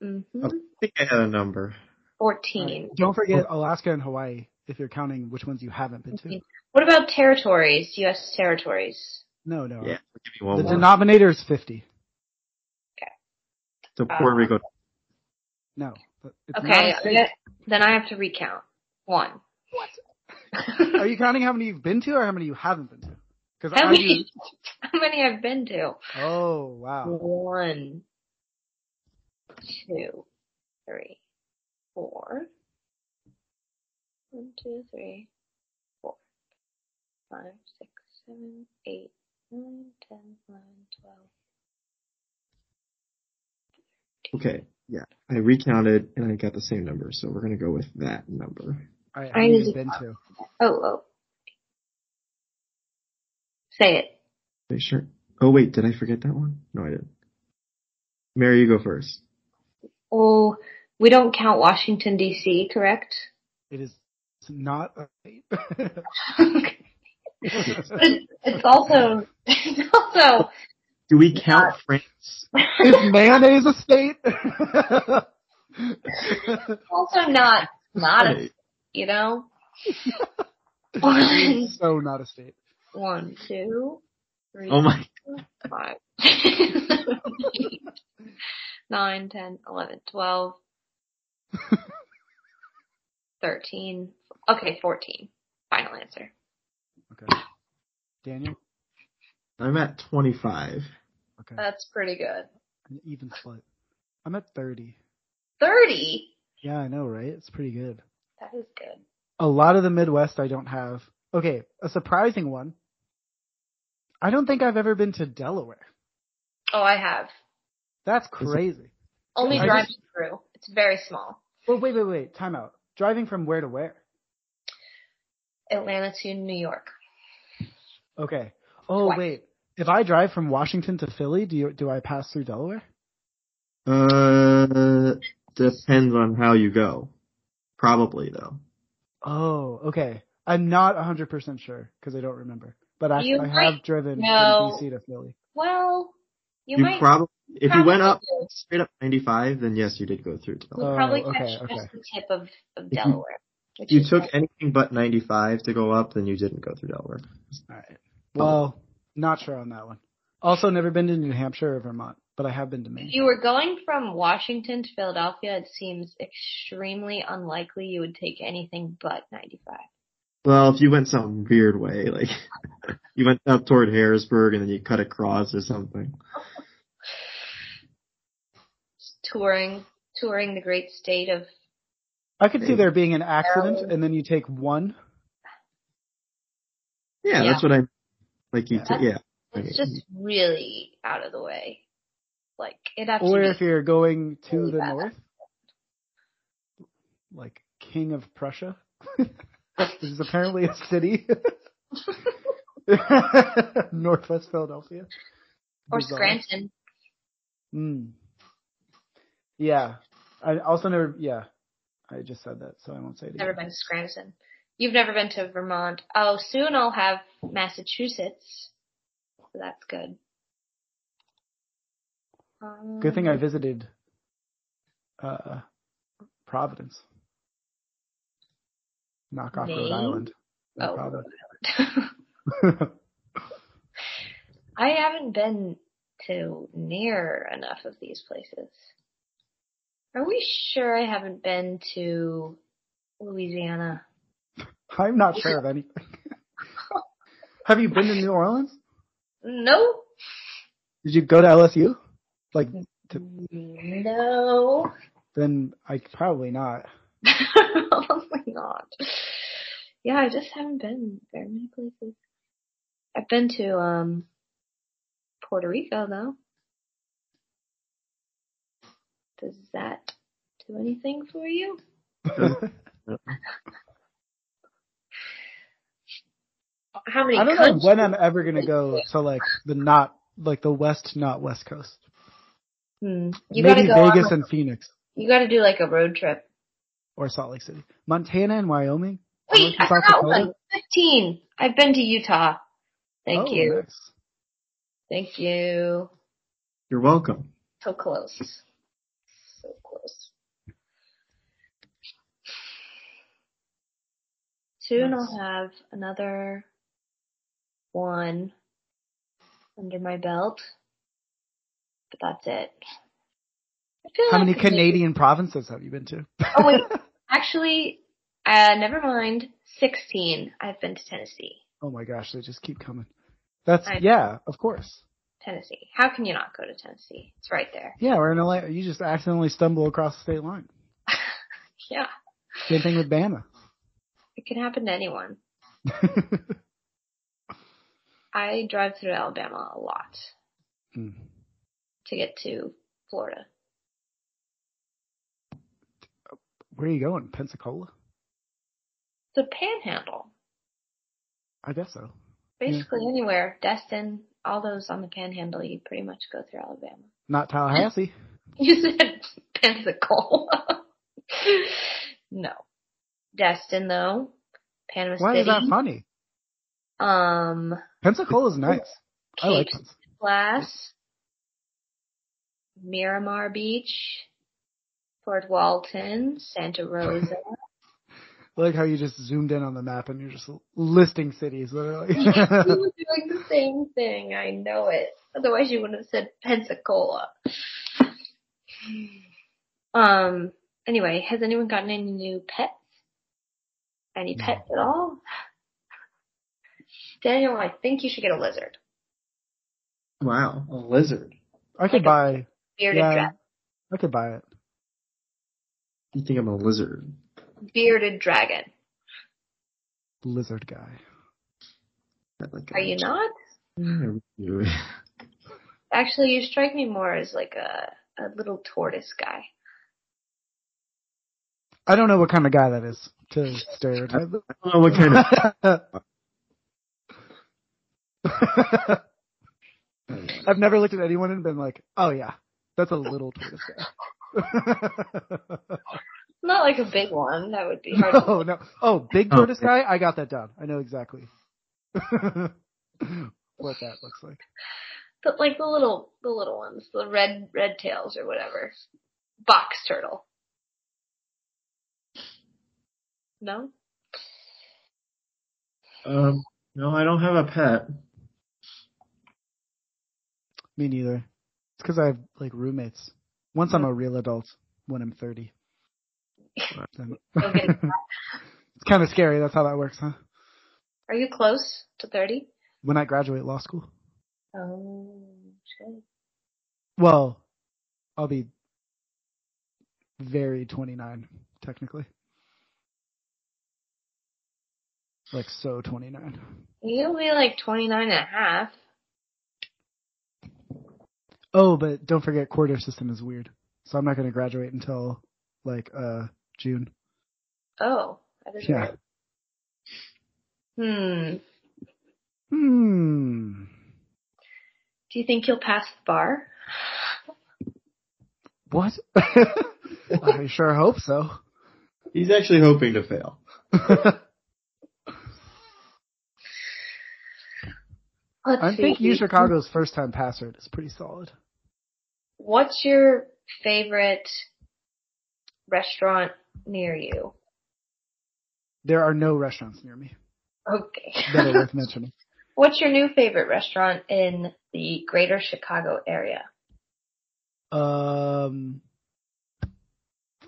Speaker 2: mhm.
Speaker 3: I think I had a number.
Speaker 2: Fourteen.
Speaker 1: [LAUGHS] Don't forget Alaska and Hawaii if you're counting which ones you haven't been to.
Speaker 2: What about territories? U.S. territories.
Speaker 1: No, no.
Speaker 3: Yeah, give me one
Speaker 1: The
Speaker 3: more.
Speaker 1: denominator is 50.
Speaker 3: so Puerto Rico.
Speaker 1: No. but It's not
Speaker 2: Okay,
Speaker 1: a state.
Speaker 2: then- then I have to recount. One. [LAUGHS]
Speaker 1: Are you counting how many you've been to or how many you haven't been to? Because
Speaker 2: How
Speaker 1: I do.
Speaker 2: many? How many I've been to?
Speaker 1: Oh, wow.
Speaker 2: One, two, three, four. One, two, three, four, five, six, seven, eight, nine, ten, eleven, twelve.
Speaker 3: Okay, yeah. I recounted and I got the same number, so we're gonna go with that number.
Speaker 1: All right,
Speaker 2: I
Speaker 1: how many
Speaker 2: need
Speaker 1: you've
Speaker 2: to-
Speaker 1: been to?
Speaker 2: Oh, oh. Say it.
Speaker 3: Make sure. Oh wait, did I forget that one? No, I didn't. Mary, you go first.
Speaker 2: Oh, we don't count Washington D.C., correct?
Speaker 1: It
Speaker 2: [LAUGHS]
Speaker 1: is not a state. [LAUGHS]
Speaker 2: [LAUGHS] it's, it's also [LAUGHS] it's also
Speaker 3: Do we count France?
Speaker 1: is mayonnaise a state?
Speaker 2: also not not a, you know one
Speaker 1: [LAUGHS] so not a state.
Speaker 2: one two three
Speaker 3: Oh my.
Speaker 2: five [LAUGHS] nine ten eleven
Speaker 3: [LAUGHS]
Speaker 2: twelve thirteen okay fourteen final answer
Speaker 1: Okay. Daniel?
Speaker 3: I'm at 25.
Speaker 1: Okay.
Speaker 2: that's pretty good
Speaker 1: An even split. I'm at 30.
Speaker 2: thirty
Speaker 1: Yeah, I know, right? It's pretty good.
Speaker 2: that is good
Speaker 1: A lot of the Midwest I don't have. Okay, a surprising one. I don't think I've ever been to Delaware.
Speaker 2: oh I have
Speaker 1: That's
Speaker 3: it-
Speaker 1: crazy.
Speaker 2: only
Speaker 1: I
Speaker 2: driving through it's very small
Speaker 1: Well, wait, wait, wait. Time out. Driving from where to where?
Speaker 2: Atlanta to New York
Speaker 1: Okay. Oh,
Speaker 2: Twice.
Speaker 1: wait. If I drive from Washington to Philly, do you, do I pass through Delaware?
Speaker 3: Uh, depends on how you go. Probably though.
Speaker 1: Oh, okay. I'm not 100% sure because I don't remember. But I,
Speaker 2: You
Speaker 1: I have
Speaker 2: might
Speaker 1: driven
Speaker 2: know-
Speaker 1: from DC to Philly.
Speaker 2: well you,
Speaker 3: You
Speaker 2: might
Speaker 3: probably, if you
Speaker 2: probably
Speaker 3: went up
Speaker 2: do.
Speaker 3: straight up 95, then yes, you did go through to Delaware.
Speaker 2: We'll
Speaker 1: Oh,
Speaker 2: probably
Speaker 1: okay,
Speaker 2: catch
Speaker 1: okay.
Speaker 2: just the tip of, of
Speaker 3: you-
Speaker 2: Delaware. which
Speaker 3: If you
Speaker 2: is
Speaker 3: took
Speaker 2: like-
Speaker 3: anything but 95 to go up, then you didn't go through Delaware.
Speaker 1: All right. Well, Not sure on that one. Also, never been to New Hampshire or Vermont, but I have been to Maine.
Speaker 2: If you were going from Washington to Philadelphia, it seems extremely unlikely you would take anything but 95.
Speaker 3: Well, if you went some weird way, like [LAUGHS] you went up toward Harrisburg and then you cut across or something.
Speaker 2: Just touring, touring the great state of
Speaker 1: I could see there being an accident, and then you take one.
Speaker 3: Yeah, that's what I like. You,
Speaker 1: Yeah.
Speaker 3: t- yeah.
Speaker 2: It's just really out of the way. Like it actually.
Speaker 1: Or if you're going to
Speaker 2: Really
Speaker 1: the
Speaker 2: bad.
Speaker 1: north, like King of Prussia, [LAUGHS] which is apparently a city. [LAUGHS] Northwest Philadelphia.
Speaker 2: or
Speaker 1: Bizarre.
Speaker 2: Scranton.
Speaker 1: Mm. Yeah. I also never, yeah. I just said that, so I won't say it
Speaker 2: Never
Speaker 1: again.
Speaker 2: been to Scranton. You've never been to Vermont. Oh, soon I'll have Massachusetts. So that's good. Um,
Speaker 1: Good thing I visited uh, Providence. Knock off Rhode
Speaker 2: Maine?
Speaker 1: Island. No
Speaker 2: Oh.
Speaker 1: problem.
Speaker 2: [LAUGHS] I haven't been to near enough of these places. Are we sure I haven't been to Louisiana?
Speaker 1: I'm not sure
Speaker 2: [LAUGHS]
Speaker 1: of anything. [LAUGHS] Have you been to New Orleans?
Speaker 2: No.
Speaker 1: Did you go to LSU? Like,
Speaker 2: No. [LAUGHS]
Speaker 1: then I probably not.
Speaker 2: Probably not. Yeah, I just haven't been very many places. I've been to um Puerto Rico though. Does that do anything for you? How many
Speaker 1: I don't know
Speaker 2: countries?
Speaker 1: when I'm ever gonna go to like the not like the west, not west coast.
Speaker 2: Hmm. You
Speaker 1: Maybe
Speaker 2: gotta go on,
Speaker 1: Vegas
Speaker 2: like-
Speaker 1: and Phoenix
Speaker 2: you gotta do like a road trip.
Speaker 1: or Salt Lake City, Montana and Wyoming.
Speaker 2: Wait,
Speaker 1: South
Speaker 2: I forgot
Speaker 1: Dakota?
Speaker 2: one. Fifteen. I've been to Utah. Thank
Speaker 1: Oh,
Speaker 2: you.
Speaker 1: nice.
Speaker 2: Thank you.
Speaker 3: You're welcome.
Speaker 2: So close. So close. Soon I'll have another one under my belt. But that's it. I feel
Speaker 1: How
Speaker 2: like
Speaker 1: many
Speaker 2: maybe-
Speaker 1: Canadian provinces have you been to?
Speaker 2: Oh wait. Actually, uh never mind. Sixteen. I've been to Tennessee.
Speaker 1: [LAUGHS] Oh my gosh, they just keep coming. That's
Speaker 2: I-
Speaker 1: yeah, of course.
Speaker 2: Tennessee. How can you not go to Tennessee? It's right there.
Speaker 1: Yeah, we're in LA. You just accidentally stumble across the state line.
Speaker 2: [LAUGHS] Yeah.
Speaker 1: Same thing with Bama. [LAUGHS]
Speaker 2: It can happen to anyone. I drive through Alabama a lot
Speaker 1: Hmm.
Speaker 2: to get to Florida.
Speaker 1: Where are you going? Pensacola?
Speaker 2: The panhandle.
Speaker 1: I guess so.
Speaker 2: Basically
Speaker 1: Mm-hmm.
Speaker 2: anywhere. Destin, all those on the panhandle, you pretty much go through Alabama. [LAUGHS]
Speaker 1: Not Tallahassee.
Speaker 2: You said Pensacola. [LAUGHS] no. Destin though. Panama
Speaker 1: Why is
Speaker 2: City.
Speaker 1: that funny?
Speaker 2: Um
Speaker 1: Pensacola's nice. I like
Speaker 2: Cape
Speaker 1: Pensacola.
Speaker 2: Glass, Miramar Beach, Fort Walton,
Speaker 1: [LAUGHS]
Speaker 2: Santa Rosa.
Speaker 1: I like how you just zoomed in on the map and you're just listing cities.
Speaker 2: [LAUGHS]
Speaker 1: Literally.
Speaker 2: you were doing the same thing. I know it. Otherwise, you wouldn't have said Pensacola. Um. Anyway, has anyone gotten any new pets? Any
Speaker 1: No.
Speaker 2: pets at all? Daniel, I think you should get a lizard.
Speaker 3: Wow, a lizard.
Speaker 1: [LAUGHS] I could
Speaker 2: Like a-
Speaker 1: buy.
Speaker 2: Bearded
Speaker 1: Yeah,
Speaker 2: dra-
Speaker 1: I could buy it.
Speaker 3: You think I'm a lizard?
Speaker 2: bearded dragon.
Speaker 1: Lizard guy.
Speaker 3: Not like a-
Speaker 2: Are you not?
Speaker 3: Yeah, [LAUGHS] you-
Speaker 2: Actually, you strike me more as like a a little tortoise guy.
Speaker 1: I don't know what kind of guy that is to stereotype.
Speaker 2: [LAUGHS]
Speaker 3: I don't know what kind [LAUGHS] of.
Speaker 1: [LAUGHS] I've never looked at anyone and been like, "Oh yeah, that's a little tortoise guy." [LAUGHS]
Speaker 2: Not like a big one. That would be hard.
Speaker 1: no, no. Oh, big
Speaker 3: Oh.
Speaker 1: tortoise guy. I got that down. I know exactly [LAUGHS] what that looks like.
Speaker 2: But like the little the little ones, the red red tails or whatever. Box turtle. No?
Speaker 3: Um, no, I don't have a pet.
Speaker 1: me neither. It's because I have like roommates. Once I'm a real adult, when I'm 30. Then- [LAUGHS]
Speaker 2: Okay.
Speaker 1: it's kind of scary. That's how that works, huh?
Speaker 2: Are you close to 30?
Speaker 1: When I graduate law school, Um,
Speaker 2: Oh, shit.
Speaker 1: well, I'll be very 29 technically. Like so 29.
Speaker 2: You'll be like 29 and a half.
Speaker 1: Oh, but don't forget quarter system is weird. So I'm not going to graduate until like uh June.
Speaker 2: Oh, that is
Speaker 1: Yeah.
Speaker 2: weird. Hmm.
Speaker 1: Hmm.
Speaker 2: Do you think you'll pass the bar?
Speaker 1: What? [LAUGHS] I sure hope so.
Speaker 3: He's actually hoping to fail.
Speaker 2: Let's
Speaker 1: I
Speaker 2: see.
Speaker 1: think U Chicago's first time pass rate is pretty solid.
Speaker 2: What's your favorite restaurant near you?
Speaker 1: There are no restaurants near me
Speaker 2: Okay.
Speaker 1: that are worth mentioning.
Speaker 2: [LAUGHS] What's your new favorite restaurant in the greater Chicago area?
Speaker 1: Um,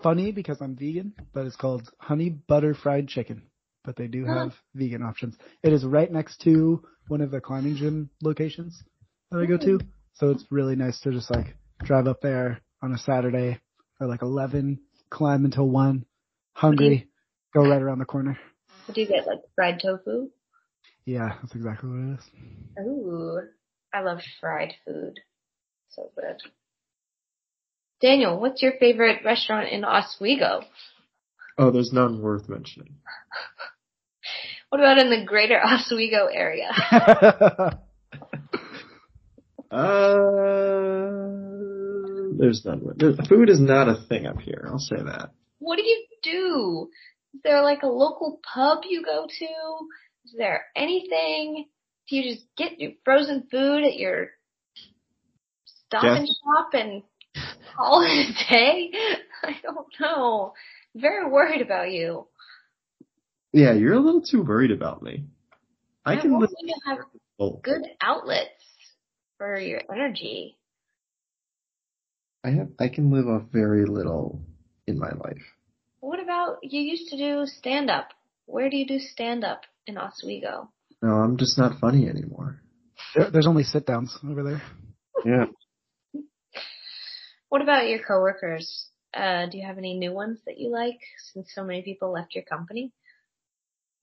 Speaker 1: funny because I'm vegan, but it's called Honey Butter Fried Chicken. But they do have vegan options. It is right next to one of the climbing gym locations that I go to, so it's really nice to just like drive up there on a Saturday or like 11, climb until one, hungry, go right around the corner.
Speaker 2: Do you get like fried tofu?
Speaker 1: Yeah, that's exactly what it is.
Speaker 2: Ooh, I love fried food. So good. Daniel, what's your favorite restaurant in Oswego?
Speaker 3: Oh, there's none worth mentioning.
Speaker 2: What about in the greater [LAUGHS] Oswego area?
Speaker 3: Uh, there's none. worth- there- Food is not a thing up here. I'll say that.
Speaker 2: What do you do? Is there like a local pub you go to? Is there anything? Do you just get your frozen food at your stop and shop and call it a day? [LAUGHS] I don't know. Very worried about you.
Speaker 3: Yeah, you're a little too worried about me. I can
Speaker 2: want
Speaker 3: live.
Speaker 2: you to have
Speaker 3: oh,
Speaker 2: good outlets for your energy.
Speaker 3: I have. I can live off very little in my life.
Speaker 2: What about you used to do stand up? Where do you do stand up in Oswego?
Speaker 3: No, I'm just not funny anymore.
Speaker 1: There- There's only sit downs over there.
Speaker 3: Yeah.
Speaker 2: What about your coworkers? Uh, do you have any new ones that you like since so many people left your company?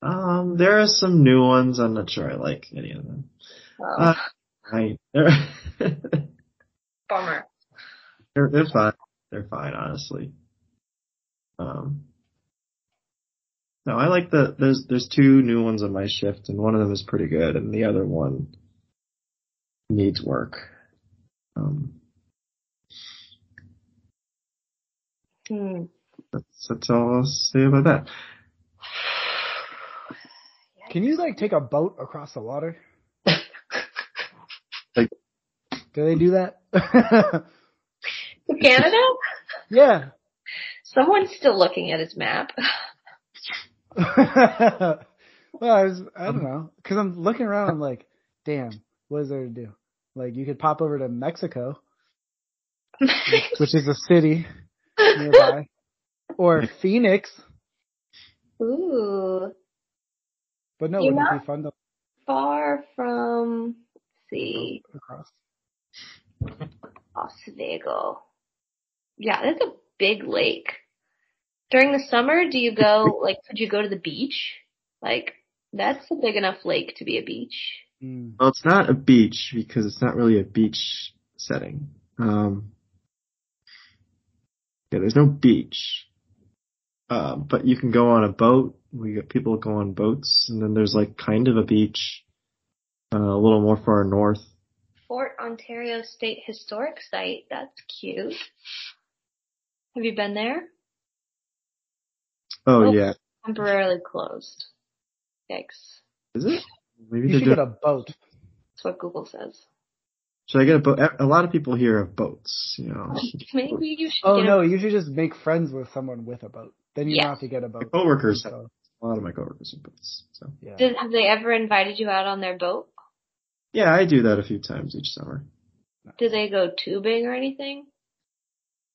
Speaker 3: Um, there are some new ones. I'm not sure I like any of them.
Speaker 2: Oh,
Speaker 3: Uh, I they're [LAUGHS]
Speaker 2: bummer.
Speaker 3: they're, they're fine. They're fine, honestly. Um, no, I like the there's there's two new ones on my shift, and one of them is pretty good, and the other one needs work. Um,
Speaker 2: Hmm.
Speaker 3: that's that's all I'll say about that.
Speaker 1: Can you like take a boat across the water?
Speaker 3: [LAUGHS] Like-
Speaker 1: do they do that? [LAUGHS]
Speaker 2: To Canada?
Speaker 1: yeah. [LAUGHS]
Speaker 2: Someone's still looking at his map.
Speaker 1: well, I was I
Speaker 3: Um,
Speaker 1: don't know because I'm looking around. I'm like, damn, what is there to do? Like, you could pop over to Mexico, which is a city
Speaker 3: [LAUGHS]
Speaker 1: nearby, or Phoenix,
Speaker 2: Ooh,
Speaker 1: but no,
Speaker 2: You're
Speaker 1: wouldn't it be fun to
Speaker 2: far from, let's see.
Speaker 1: across?
Speaker 2: Oswego. Yeah, that's a big lake. During the summer, do you go, like, could you go to the beach? Like, that's a big enough lake to be a beach.
Speaker 1: Mm.
Speaker 3: Well, it's not a beach because it's not really a beach setting. Um, yeah, there's no beach, uh, but you can go on a boat. We got people go on boats, and then there's like kind of a beach, uh, a little more far north.
Speaker 2: Fort Ontario State Historic Site. That's cute. Have you been there?
Speaker 3: Oh,
Speaker 2: Oh.
Speaker 3: yeah,
Speaker 2: Temporarily closed. Yikes.
Speaker 3: is it? Maybe
Speaker 1: You
Speaker 3: they're
Speaker 1: should get
Speaker 3: doing-
Speaker 1: a boat.
Speaker 2: That's what Google says. [LAUGHS]
Speaker 3: should I get a boat? E, A lot of people here have boats. You know,
Speaker 2: Maybe you should
Speaker 1: Oh
Speaker 2: get a-
Speaker 1: no, you should just make friends with someone with a boat. Then you
Speaker 2: Yeah.
Speaker 1: don't have to get a boat.
Speaker 3: coworkers have-
Speaker 1: So,
Speaker 3: a lot of my coworkers have boats. So
Speaker 1: yeah.
Speaker 2: Did, have they ever invited you out on their boat?
Speaker 3: yeah, I do that a few times each summer.
Speaker 2: Do they go tubing or anything?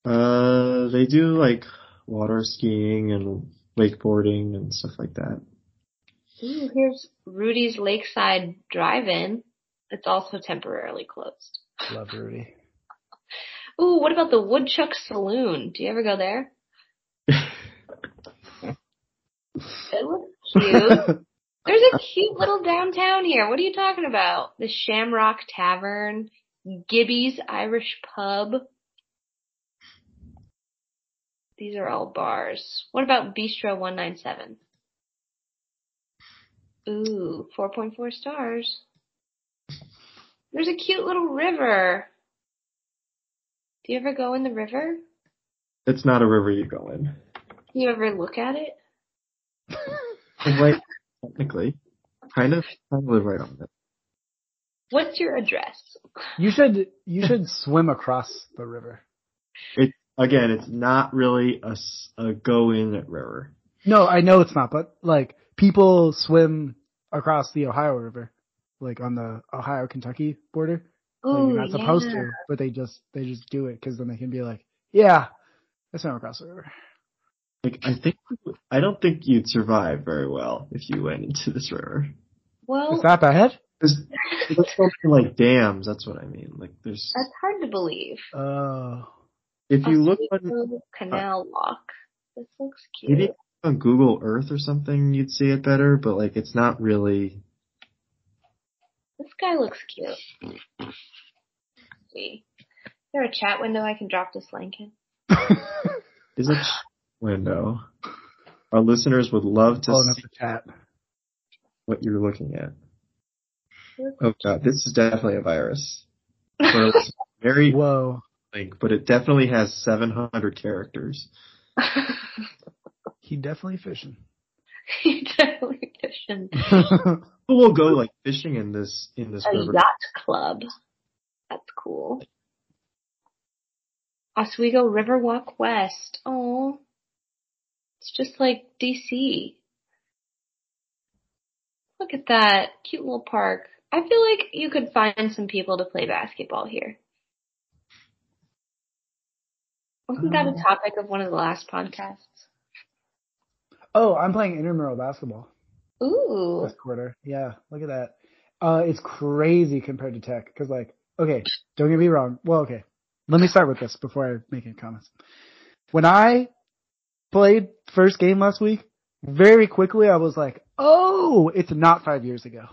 Speaker 3: Uh, they do like water skiing and wakeboarding and stuff like that.
Speaker 2: Ooh, here's Rudy's Lakeside Drive-In. It's also temporarily closed.
Speaker 1: Love Rudy.
Speaker 2: Ooh, what about the Woodchuck Saloon? Do you ever go there? It looks cute. There's a cute little downtown here. What are you talking about? The Shamrock Tavern, Gibby's Irish Pub. These are all bars. What about Bistro 197? Ooh, 4.4 stars. There's a cute little river. Do you ever go in the river?
Speaker 3: it's not a river you go in.
Speaker 2: Do you ever look at it?
Speaker 3: Like technically, kind of, kind of live right on it.
Speaker 2: What's your address?
Speaker 1: You should you
Speaker 2: [LAUGHS]
Speaker 1: should swim across the river.
Speaker 3: Again, it's not really a, go in river.
Speaker 1: No, I know it's not, but like people swim across the Ohio River, like on the Ohio Kentucky border. Like,
Speaker 2: Ooh,
Speaker 1: you're not supposed
Speaker 2: yeah.
Speaker 1: to, but they just they just do it because then they can be like, yeah, I swam across the river.
Speaker 3: Like I think, I don't think you'd survive very well if you went into this river.
Speaker 2: Well,
Speaker 1: Is that bad?
Speaker 3: 'Cause there's so many, like dams. That's what I mean. Like there's,
Speaker 2: [LAUGHS] that's hard to believe.
Speaker 1: Oh,
Speaker 3: if you look on
Speaker 2: Oswego Canal Walk. This looks cute.
Speaker 3: Maybe on Google Earth or something, you'd see it better, but like it's not really.
Speaker 2: This guy looks cute. Let's see. Is there a chat window I can drop this link in? [LAUGHS]
Speaker 1: Oh. [LAUGHS]
Speaker 3: Is it window? Our listeners would love to
Speaker 1: pulling up
Speaker 3: see
Speaker 1: the chat.
Speaker 3: what you're looking at.
Speaker 2: Look.
Speaker 3: Oh god, this is definitely a virus. But it's very
Speaker 1: Whoa,
Speaker 3: link, but it definitely has 700 characters.
Speaker 1: he definitely fishing.
Speaker 2: you totally [LAUGHS] shouldn't.
Speaker 3: People will go like fishing in this in this
Speaker 2: A
Speaker 3: river.
Speaker 2: yacht club. That's cool. Oswego Riverwalk West. Oh. It's just like DC. Look at that. Cute little park. I feel like you could find some people to play basketball here. Wasn't that a topic of one of the last podcasts?
Speaker 1: [LAUGHS] oh, I'm playing intramural basketball
Speaker 2: Ooh.
Speaker 1: this quarter. Yeah, look at that. Uh, it's crazy compared to tech because like, okay, don't get me wrong. Well, okay, let me start with this before I make any comments. When I played first game last week, very quickly I was like, oh, it's not five years ago.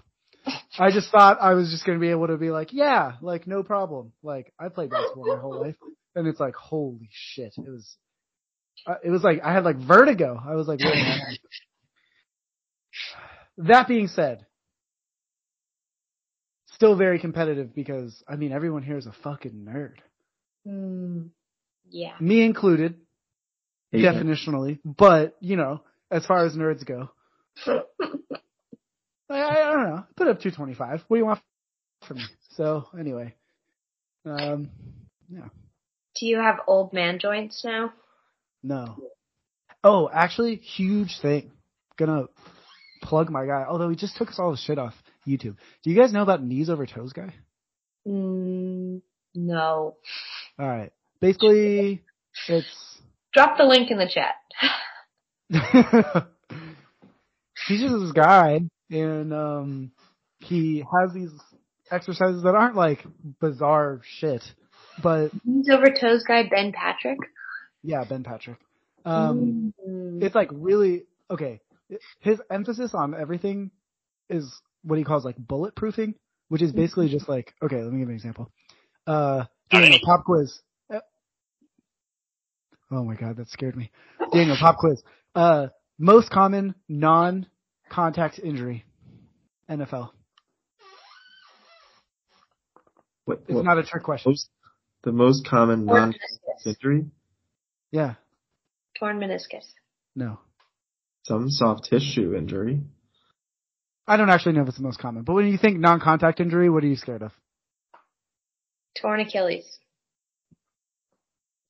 Speaker 1: I just thought I was just going to be able to be like, yeah, like no problem. Like I played basketball my whole life, and it's like, holy shit, it was. Uh, it was like I had like vertigo. I was like, wait, a minute. That being said, still very competitive because I mean everyone here is a fucking nerd,
Speaker 2: Hmm. Yeah.
Speaker 1: me included,
Speaker 3: Hey,
Speaker 1: definitionally. But you know, as far as nerds go, I, I, I don't know. Put up two twenty five. What do you want from me? So anyway, um, yeah,
Speaker 2: Do you have old man joints now?
Speaker 1: no. Oh, actually, huge thing. Gonna plug my guy. Although he just took us all the shit off YouTube. Do you guys know about knees over toes guy?
Speaker 2: Mm, no.
Speaker 1: All right. Basically, it's
Speaker 2: Drop the link in the chat.
Speaker 1: [LAUGHS] he's just this guy, and um, he has these exercises that aren't like bizarre shit, but
Speaker 2: Knees over toes guy Ben Patrick.
Speaker 1: yeah, Ben Patrick. Um,
Speaker 2: Mm.
Speaker 1: it's like really okay. His emphasis on everything is what he calls like bulletproofing, which is basically just like okay. Let me give you an example. Uh, Daniel, pop quiz. Uh, Oh my god, that scared me. Daniel, pop quiz. Uh, most common non-contact injury. NFL.
Speaker 3: What,
Speaker 1: It's
Speaker 3: what-
Speaker 1: not a trick question.
Speaker 3: most, the most common
Speaker 2: torn
Speaker 3: non
Speaker 2: meniscus.
Speaker 3: injury?
Speaker 1: Yeah.
Speaker 2: Torn meniscus.
Speaker 1: No.
Speaker 3: Some soft tissue injury.
Speaker 1: I don't actually know if it's the most common, but when you think non-contact injury, what are you scared of?
Speaker 2: Torn Achilles.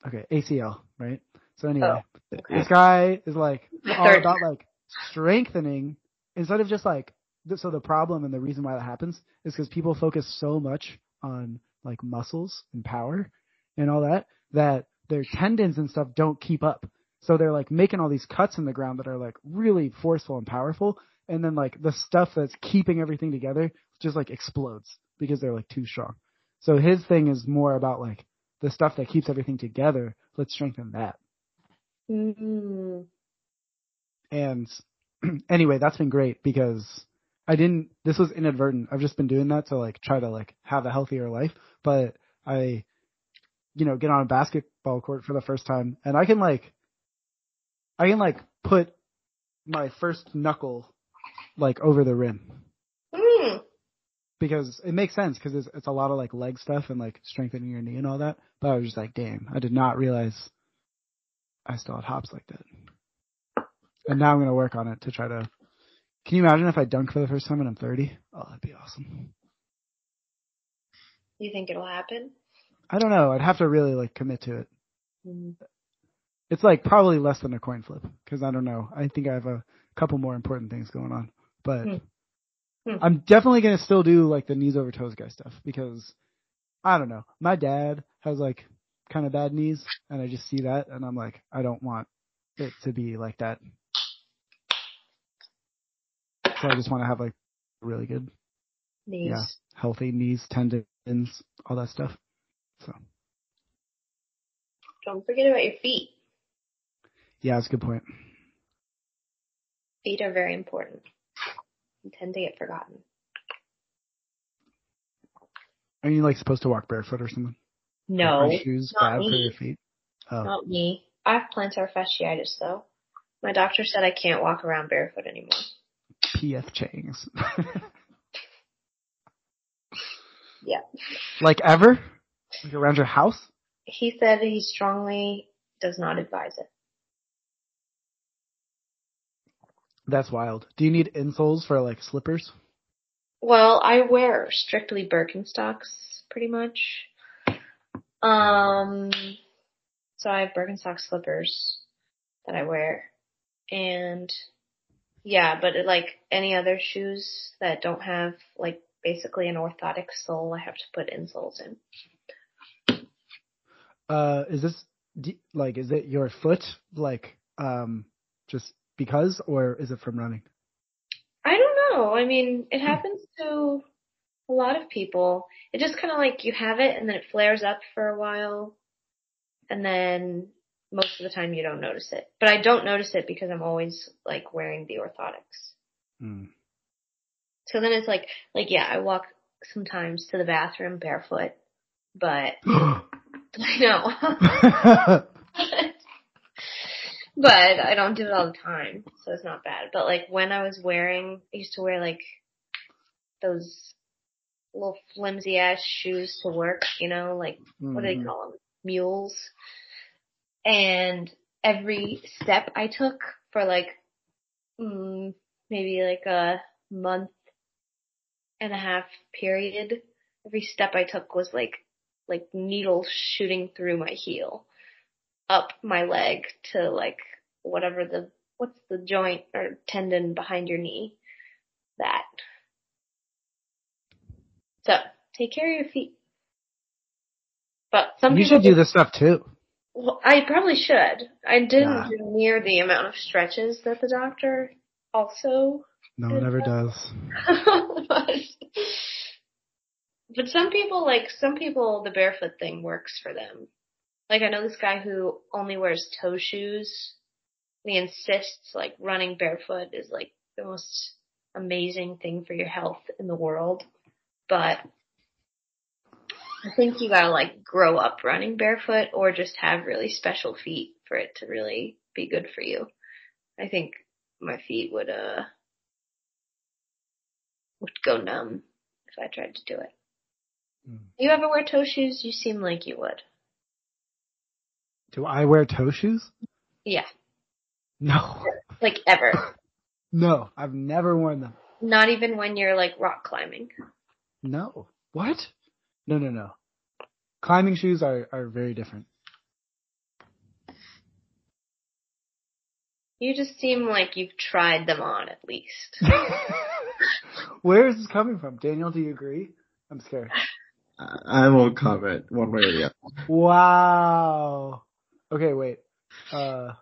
Speaker 1: Okay, ACL, right? So anyway, this guy is like
Speaker 2: The
Speaker 1: all
Speaker 2: third.
Speaker 1: about like strengthening instead of just like th- so the problem and the reason why that happens is because people focus so much on like muscles and power and all that, that their tendons and stuff don't keep up. So they're like making all these cuts in the ground that are like really forceful and powerful. And then like the stuff that's keeping everything together just like explodes because they're like too strong. So his thing is more about like the stuff that keeps everything together. Let's strengthen that.
Speaker 2: Mm.
Speaker 1: And [CLEARS THROAT] anyway, that's been great because I didn't, this was inadvertent. I've just been doing that to like try to like have a healthier life, but I, you know, get on a basketball court for the first time and I can like, I can like put my first knuckle like over the rim
Speaker 2: Mm.
Speaker 1: because it makes sense because it's, it's a lot of like leg stuff and like strengthening your knee and all that. But I was just like, damn, I did not realize I still had hops like that. And now I'm gonna work on it to try to. Can you imagine if I dunk for the first time and I'm 30? Oh, that'd be awesome.
Speaker 2: You think it'll happen?
Speaker 1: I don't know. I'd have to really like commit to it.
Speaker 2: Mm.
Speaker 1: It's like probably less than a coin flip because I don't know. I think I have a couple more important things going on, but
Speaker 2: Hmm. Hmm.
Speaker 1: I'm definitely gonna still do like the knees over toes guy stuff because I don't know. My dad has like kind of bad knees, and I just see that, and I'm like, I don't want it to be like that. So I just want to have like really good,
Speaker 2: Knees.
Speaker 1: Yeah. healthy knees, tendons, all that stuff. So
Speaker 2: Don't forget about your feet.
Speaker 1: yeah, that's a good point.
Speaker 2: Feet are very important. They tend to get forgotten.
Speaker 1: Are you like supposed to walk barefoot or something?
Speaker 2: No,
Speaker 1: Are shoes
Speaker 2: not
Speaker 1: bad for
Speaker 2: me.
Speaker 1: your feet? Oh,
Speaker 2: not me. I have plantar fasciitis though. My doctor said I can't walk around barefoot anymore.
Speaker 1: PF Chang's.
Speaker 2: Yeah.
Speaker 1: Like ever? Like around your house?
Speaker 2: He said he strongly does not advise it.
Speaker 1: That's wild. Do you need insoles for like slippers?
Speaker 2: Well, I wear strictly Birkenstocks pretty much. Um, so I have Birkenstock slippers that I wear, and yeah, but it, like any other shoes that don't have like basically an orthotic sole, I have to put insoles in.
Speaker 1: Uh, is this d- like is it your foot like um just because or is it from running?
Speaker 2: I don't know. I mean, it happens to a lot of people. It just kind of like you have it and then it flares up for a while and then most of the time you don't notice it. But I don't notice it because I'm always like wearing the orthotics.
Speaker 1: Mm.
Speaker 2: So then it's like, like yeah, I walk sometimes to the bathroom barefoot, but [LAUGHS] I know,
Speaker 1: [LAUGHS]
Speaker 2: but I don't do it all the time. So it's not bad. But like when I was wearing, I used to wear like those little flimsy ass shoes to work, you know, like what do they
Speaker 1: Mm.
Speaker 2: call them? Mules. And every step I took for like, mm, maybe like a month and a half period, every step I took was like, like needles shooting through my heel, up my leg to like whatever the, what's the joint or tendon behind your knee? That. So, take care of your feet. But some
Speaker 1: You
Speaker 2: people
Speaker 1: should do this stuff too.
Speaker 2: well, I probably should. I
Speaker 1: Nah.
Speaker 2: didn't do near the amount of stretches that the doctor also.
Speaker 1: No one ever does.
Speaker 2: but, [LAUGHS] but some people, like, some people, the barefoot thing works for them. Like, I know this guy who only wears toe shoes. and He insists, like, running barefoot is, like, the most amazing thing for your health in the world. But I think you gotta like grow up running barefoot or just have really special feet for it to really be good for you. I think my feet would uh would go numb if I tried to do it.
Speaker 1: Mm.
Speaker 2: You ever wear toe shoes? You seem like you would.
Speaker 1: Do I wear toe shoes?
Speaker 2: Yeah.
Speaker 1: No.
Speaker 2: Like ever.
Speaker 1: No, I've never worn them.
Speaker 2: [LAUGHS] Not even when you're like rock climbing.
Speaker 1: No. What? No, no, no. Climbing shoes are, are very different.
Speaker 2: You just seem like you've tried them on at least. [LAUGHS]
Speaker 1: Where is this coming from? Daniel, do you agree? I'm scared.
Speaker 3: I I won't comment one way or the other.
Speaker 1: Wow. Okay, wait. Uh,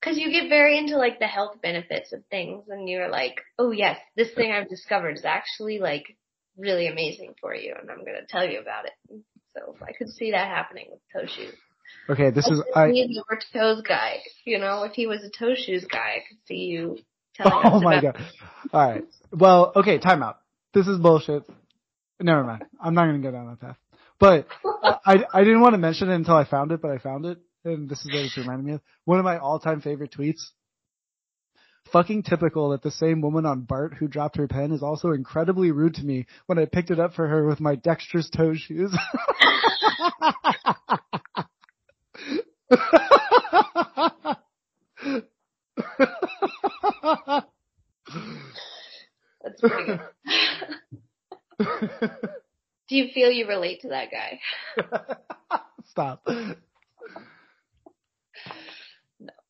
Speaker 2: Because you get very into like the health benefits of things, and you're like, oh yes, this thing I've discovered is actually like really amazing for you, and I'm gonna tell you about it. So I could see that happening with toe shoes.
Speaker 1: okay, this is
Speaker 2: I [LAUGHS]
Speaker 1: I. [LAUGHS]
Speaker 2: need you were toes guy. You know, if he was a toe shoes guy, I could see
Speaker 1: [LAUGHS]
Speaker 2: you telling
Speaker 1: Oh
Speaker 2: us
Speaker 1: my
Speaker 2: about
Speaker 1: god. All right. Well, okay, timeout. This is bullshit. Never mind. I'm not gonna go down that path. But [LAUGHS] uh, I I didn't want to mention it until I found it, but I found it, and this is what it's reminding me of. One of my all-time favorite tweets. Fucking typical that the same woman on Bart who dropped her pen is also incredibly rude to me when I picked it up for her with my dexterous toe shoes. [LAUGHS]
Speaker 2: That's pretty
Speaker 1: [LAUGHS]
Speaker 2: good. Do you feel you relate to that guy?
Speaker 1: Stop.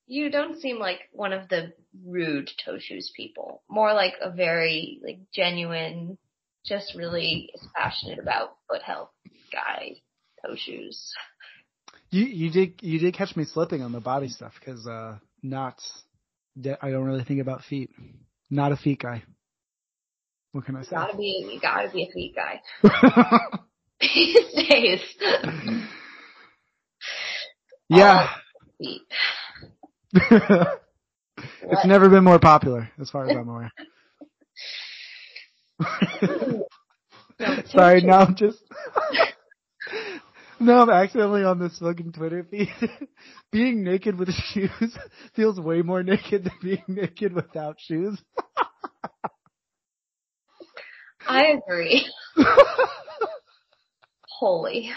Speaker 2: You don't seem like one of the rude toe shoes people. More like a very like genuine, just really is passionate about foot health guy. Toe shoes.
Speaker 1: You you did you did catch me slipping on the body stuff because uh, not I don't really think about feet. Not a feet guy. What can I
Speaker 2: You gotta
Speaker 1: say?
Speaker 2: be you gotta be a feet guy. [LAUGHS] These days.
Speaker 1: [LAUGHS] yeah,
Speaker 2: Feet.
Speaker 1: [LAUGHS] it's
Speaker 2: Oh. What?
Speaker 1: never been more popular as far as I'm
Speaker 2: [LAUGHS]
Speaker 1: aware.
Speaker 2: No, toe
Speaker 1: Sorry,
Speaker 2: [LAUGHS] shoes.
Speaker 1: now I'm just. [LAUGHS] now I'm accidentally on this fucking Twitter feed. [LAUGHS] being naked with shoes [LAUGHS] feels way more naked than being naked without shoes. [LAUGHS]
Speaker 2: I agree. Holy.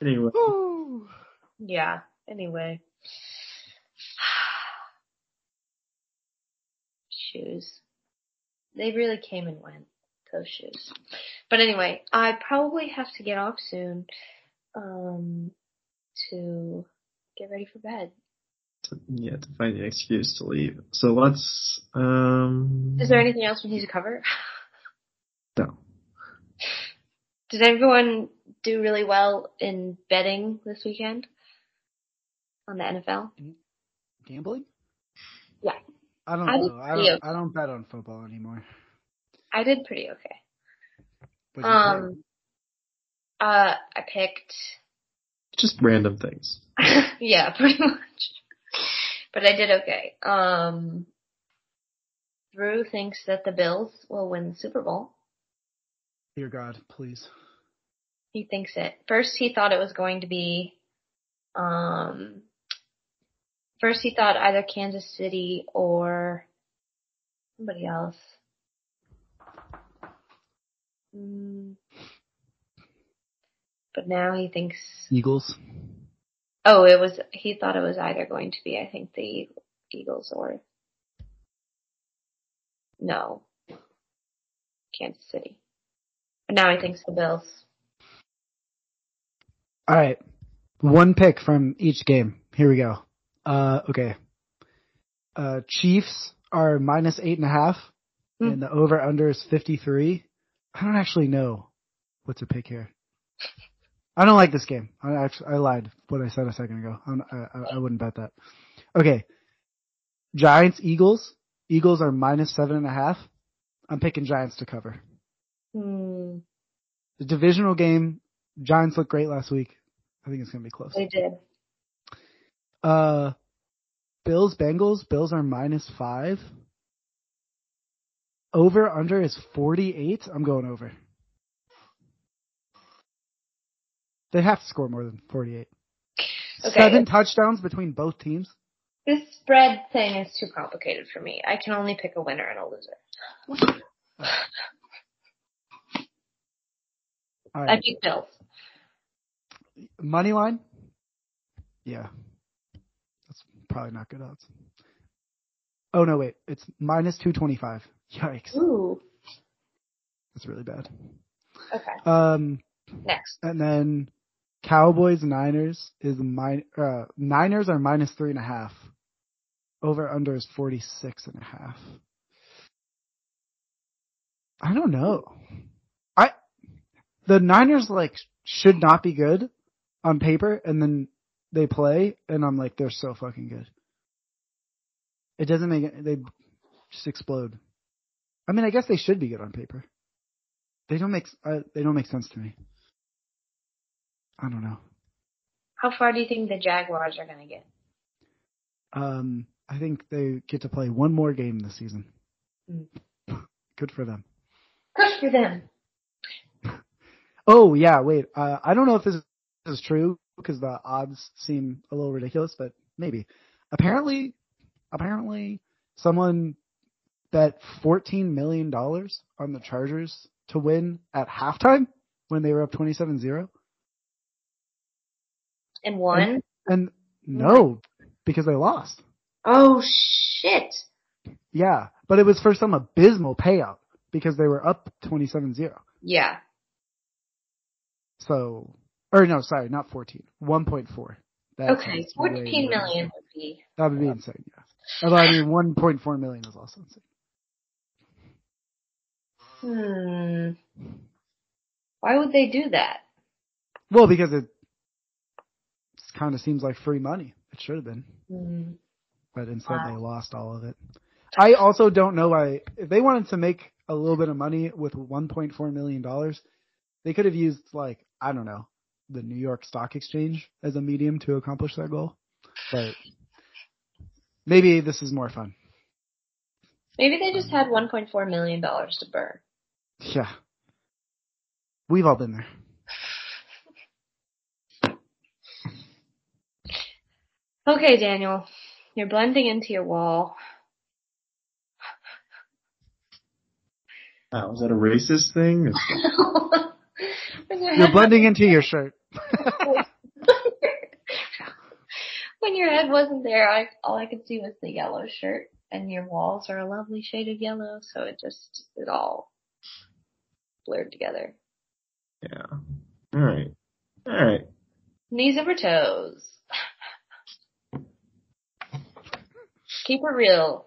Speaker 3: Anyway,
Speaker 1: Ooh.
Speaker 2: Yeah. Anyway. [SIGHS] shoes. They really came and went, those shoes. But anyway, I probably have to get off soon, um, to get ready for bed.
Speaker 3: to, yeah, to find an excuse to leave. So let's. Um,
Speaker 2: Is there anything else we need to cover? [LAUGHS]
Speaker 3: No.
Speaker 2: Did everyone do really well in betting this weekend? On the NFL?
Speaker 1: Gambling?
Speaker 2: Yeah.
Speaker 1: I don't
Speaker 2: I
Speaker 1: know.
Speaker 2: did
Speaker 1: I don't.
Speaker 2: too.
Speaker 1: I don't bet on football anymore.
Speaker 2: I did pretty okay.
Speaker 1: What'd you say?
Speaker 2: Um, uh, I picked,
Speaker 3: Just random things.
Speaker 2: yeah, [LAUGHS] pretty much. But I did okay. Um, Drew thinks that the Bills will win the Super Bowl.
Speaker 1: Dear God, please.
Speaker 2: He thinks it. First, he thought it was going to be, um, first he thought either Kansas City or somebody else. Mm. But now he thinks
Speaker 1: Eagles.
Speaker 2: Oh, it was. He thought it was either going to be, I think, the Eagles or no, Kansas City. But now he thinks the Bills.
Speaker 1: All right. One pick from each game. Here we go. Uh, okay. Uh, Chiefs are minus eight and a half,
Speaker 2: Hmm.
Speaker 1: and the over under is 53. I don't actually know what to pick here. I don't like this game. I actually, I lied what I said a second ago. I'm, I, I- I wouldn't bet that. Okay. Giants, Eagles. Eagles are minus seven and a half. I'm picking Giants to cover.
Speaker 2: Hmm,
Speaker 1: The divisional game, Giants looked great last week. I think it's going to be close.
Speaker 2: they did.
Speaker 1: Uh, Bills Bengals. Bills are minus five. Over under is forty eight. I'm going over. They have to score more than forty eight.
Speaker 2: Okay.
Speaker 1: Seven touchdowns between both teams.
Speaker 2: This spread thing is too complicated for me. I can only pick a winner and a loser.
Speaker 1: All
Speaker 2: I
Speaker 1: right,
Speaker 2: pick Bills.
Speaker 1: money line. Yeah, that's probably not good odds. Oh no, wait, it's minus two twenty five. Yikes,
Speaker 2: Ooh.
Speaker 1: that's really bad.
Speaker 2: Okay.
Speaker 1: Um,
Speaker 2: Next.
Speaker 1: And then Cowboys Niners is min- uh, Niners are minus three and a half. Over under is forty six and a half. I don't know. the Niners like should not be good on paper, and then they play, and I'm like, they're so fucking good. It doesn't make it, they just explode. I mean, I guess they should be good on paper. They don't make uh, they don't make sense to me. I don't know.
Speaker 2: How far do you think the Jaguars are going to get?
Speaker 1: Um, I think they get to play one more game this season.
Speaker 2: Mm.
Speaker 1: [LAUGHS] Good for them.
Speaker 2: Good for them.
Speaker 1: Oh yeah, wait. Uh, I don't know if this is true because the odds seem a little ridiculous, but maybe. Apparently, apparently, someone bet fourteen million dollars on the Chargers to win at halftime when they were up 27-0.
Speaker 2: And one.
Speaker 1: and no, because they lost.
Speaker 2: Oh shit.
Speaker 1: Yeah, but it was for some abysmal payout because they were up 27-0.
Speaker 2: Yeah.
Speaker 1: So, or no, sorry, not 14. 1.4. That
Speaker 2: Okay.
Speaker 1: sounds way
Speaker 2: Fourteen
Speaker 1: worse.
Speaker 2: million would be.
Speaker 1: That would be insane,
Speaker 2: [LAUGHS]
Speaker 1: yeah. Although, I mean, 1.4 million is also insane.
Speaker 2: Hmm. Why would they do that?
Speaker 1: Well, because it kind of seems like free money. It should have been,
Speaker 2: Hmm.
Speaker 1: but instead they lost all of it. I also don't know why, if they wanted to make a little bit of money with $1.4 million, they could have used like, I don't know, the New York Stock Exchange as a medium to accomplish that goal. But maybe this is more fun.
Speaker 2: Maybe they just had one point four million dollars to burn.
Speaker 1: Yeah. We've all been there.
Speaker 2: Okay, Daniel. You're blending into your [LAUGHS] wall.
Speaker 3: Wow, is that a racist thing?
Speaker 2: When your
Speaker 1: You're
Speaker 2: head-
Speaker 1: blending into your shirt.
Speaker 2: [LAUGHS] when your head wasn't there, I all I could see was the yellow shirt, and your walls are a lovely shade of yellow, so it just it all blurred together.
Speaker 3: Yeah. All right. All right.
Speaker 2: Knees over toes. [LAUGHS] Keep it real.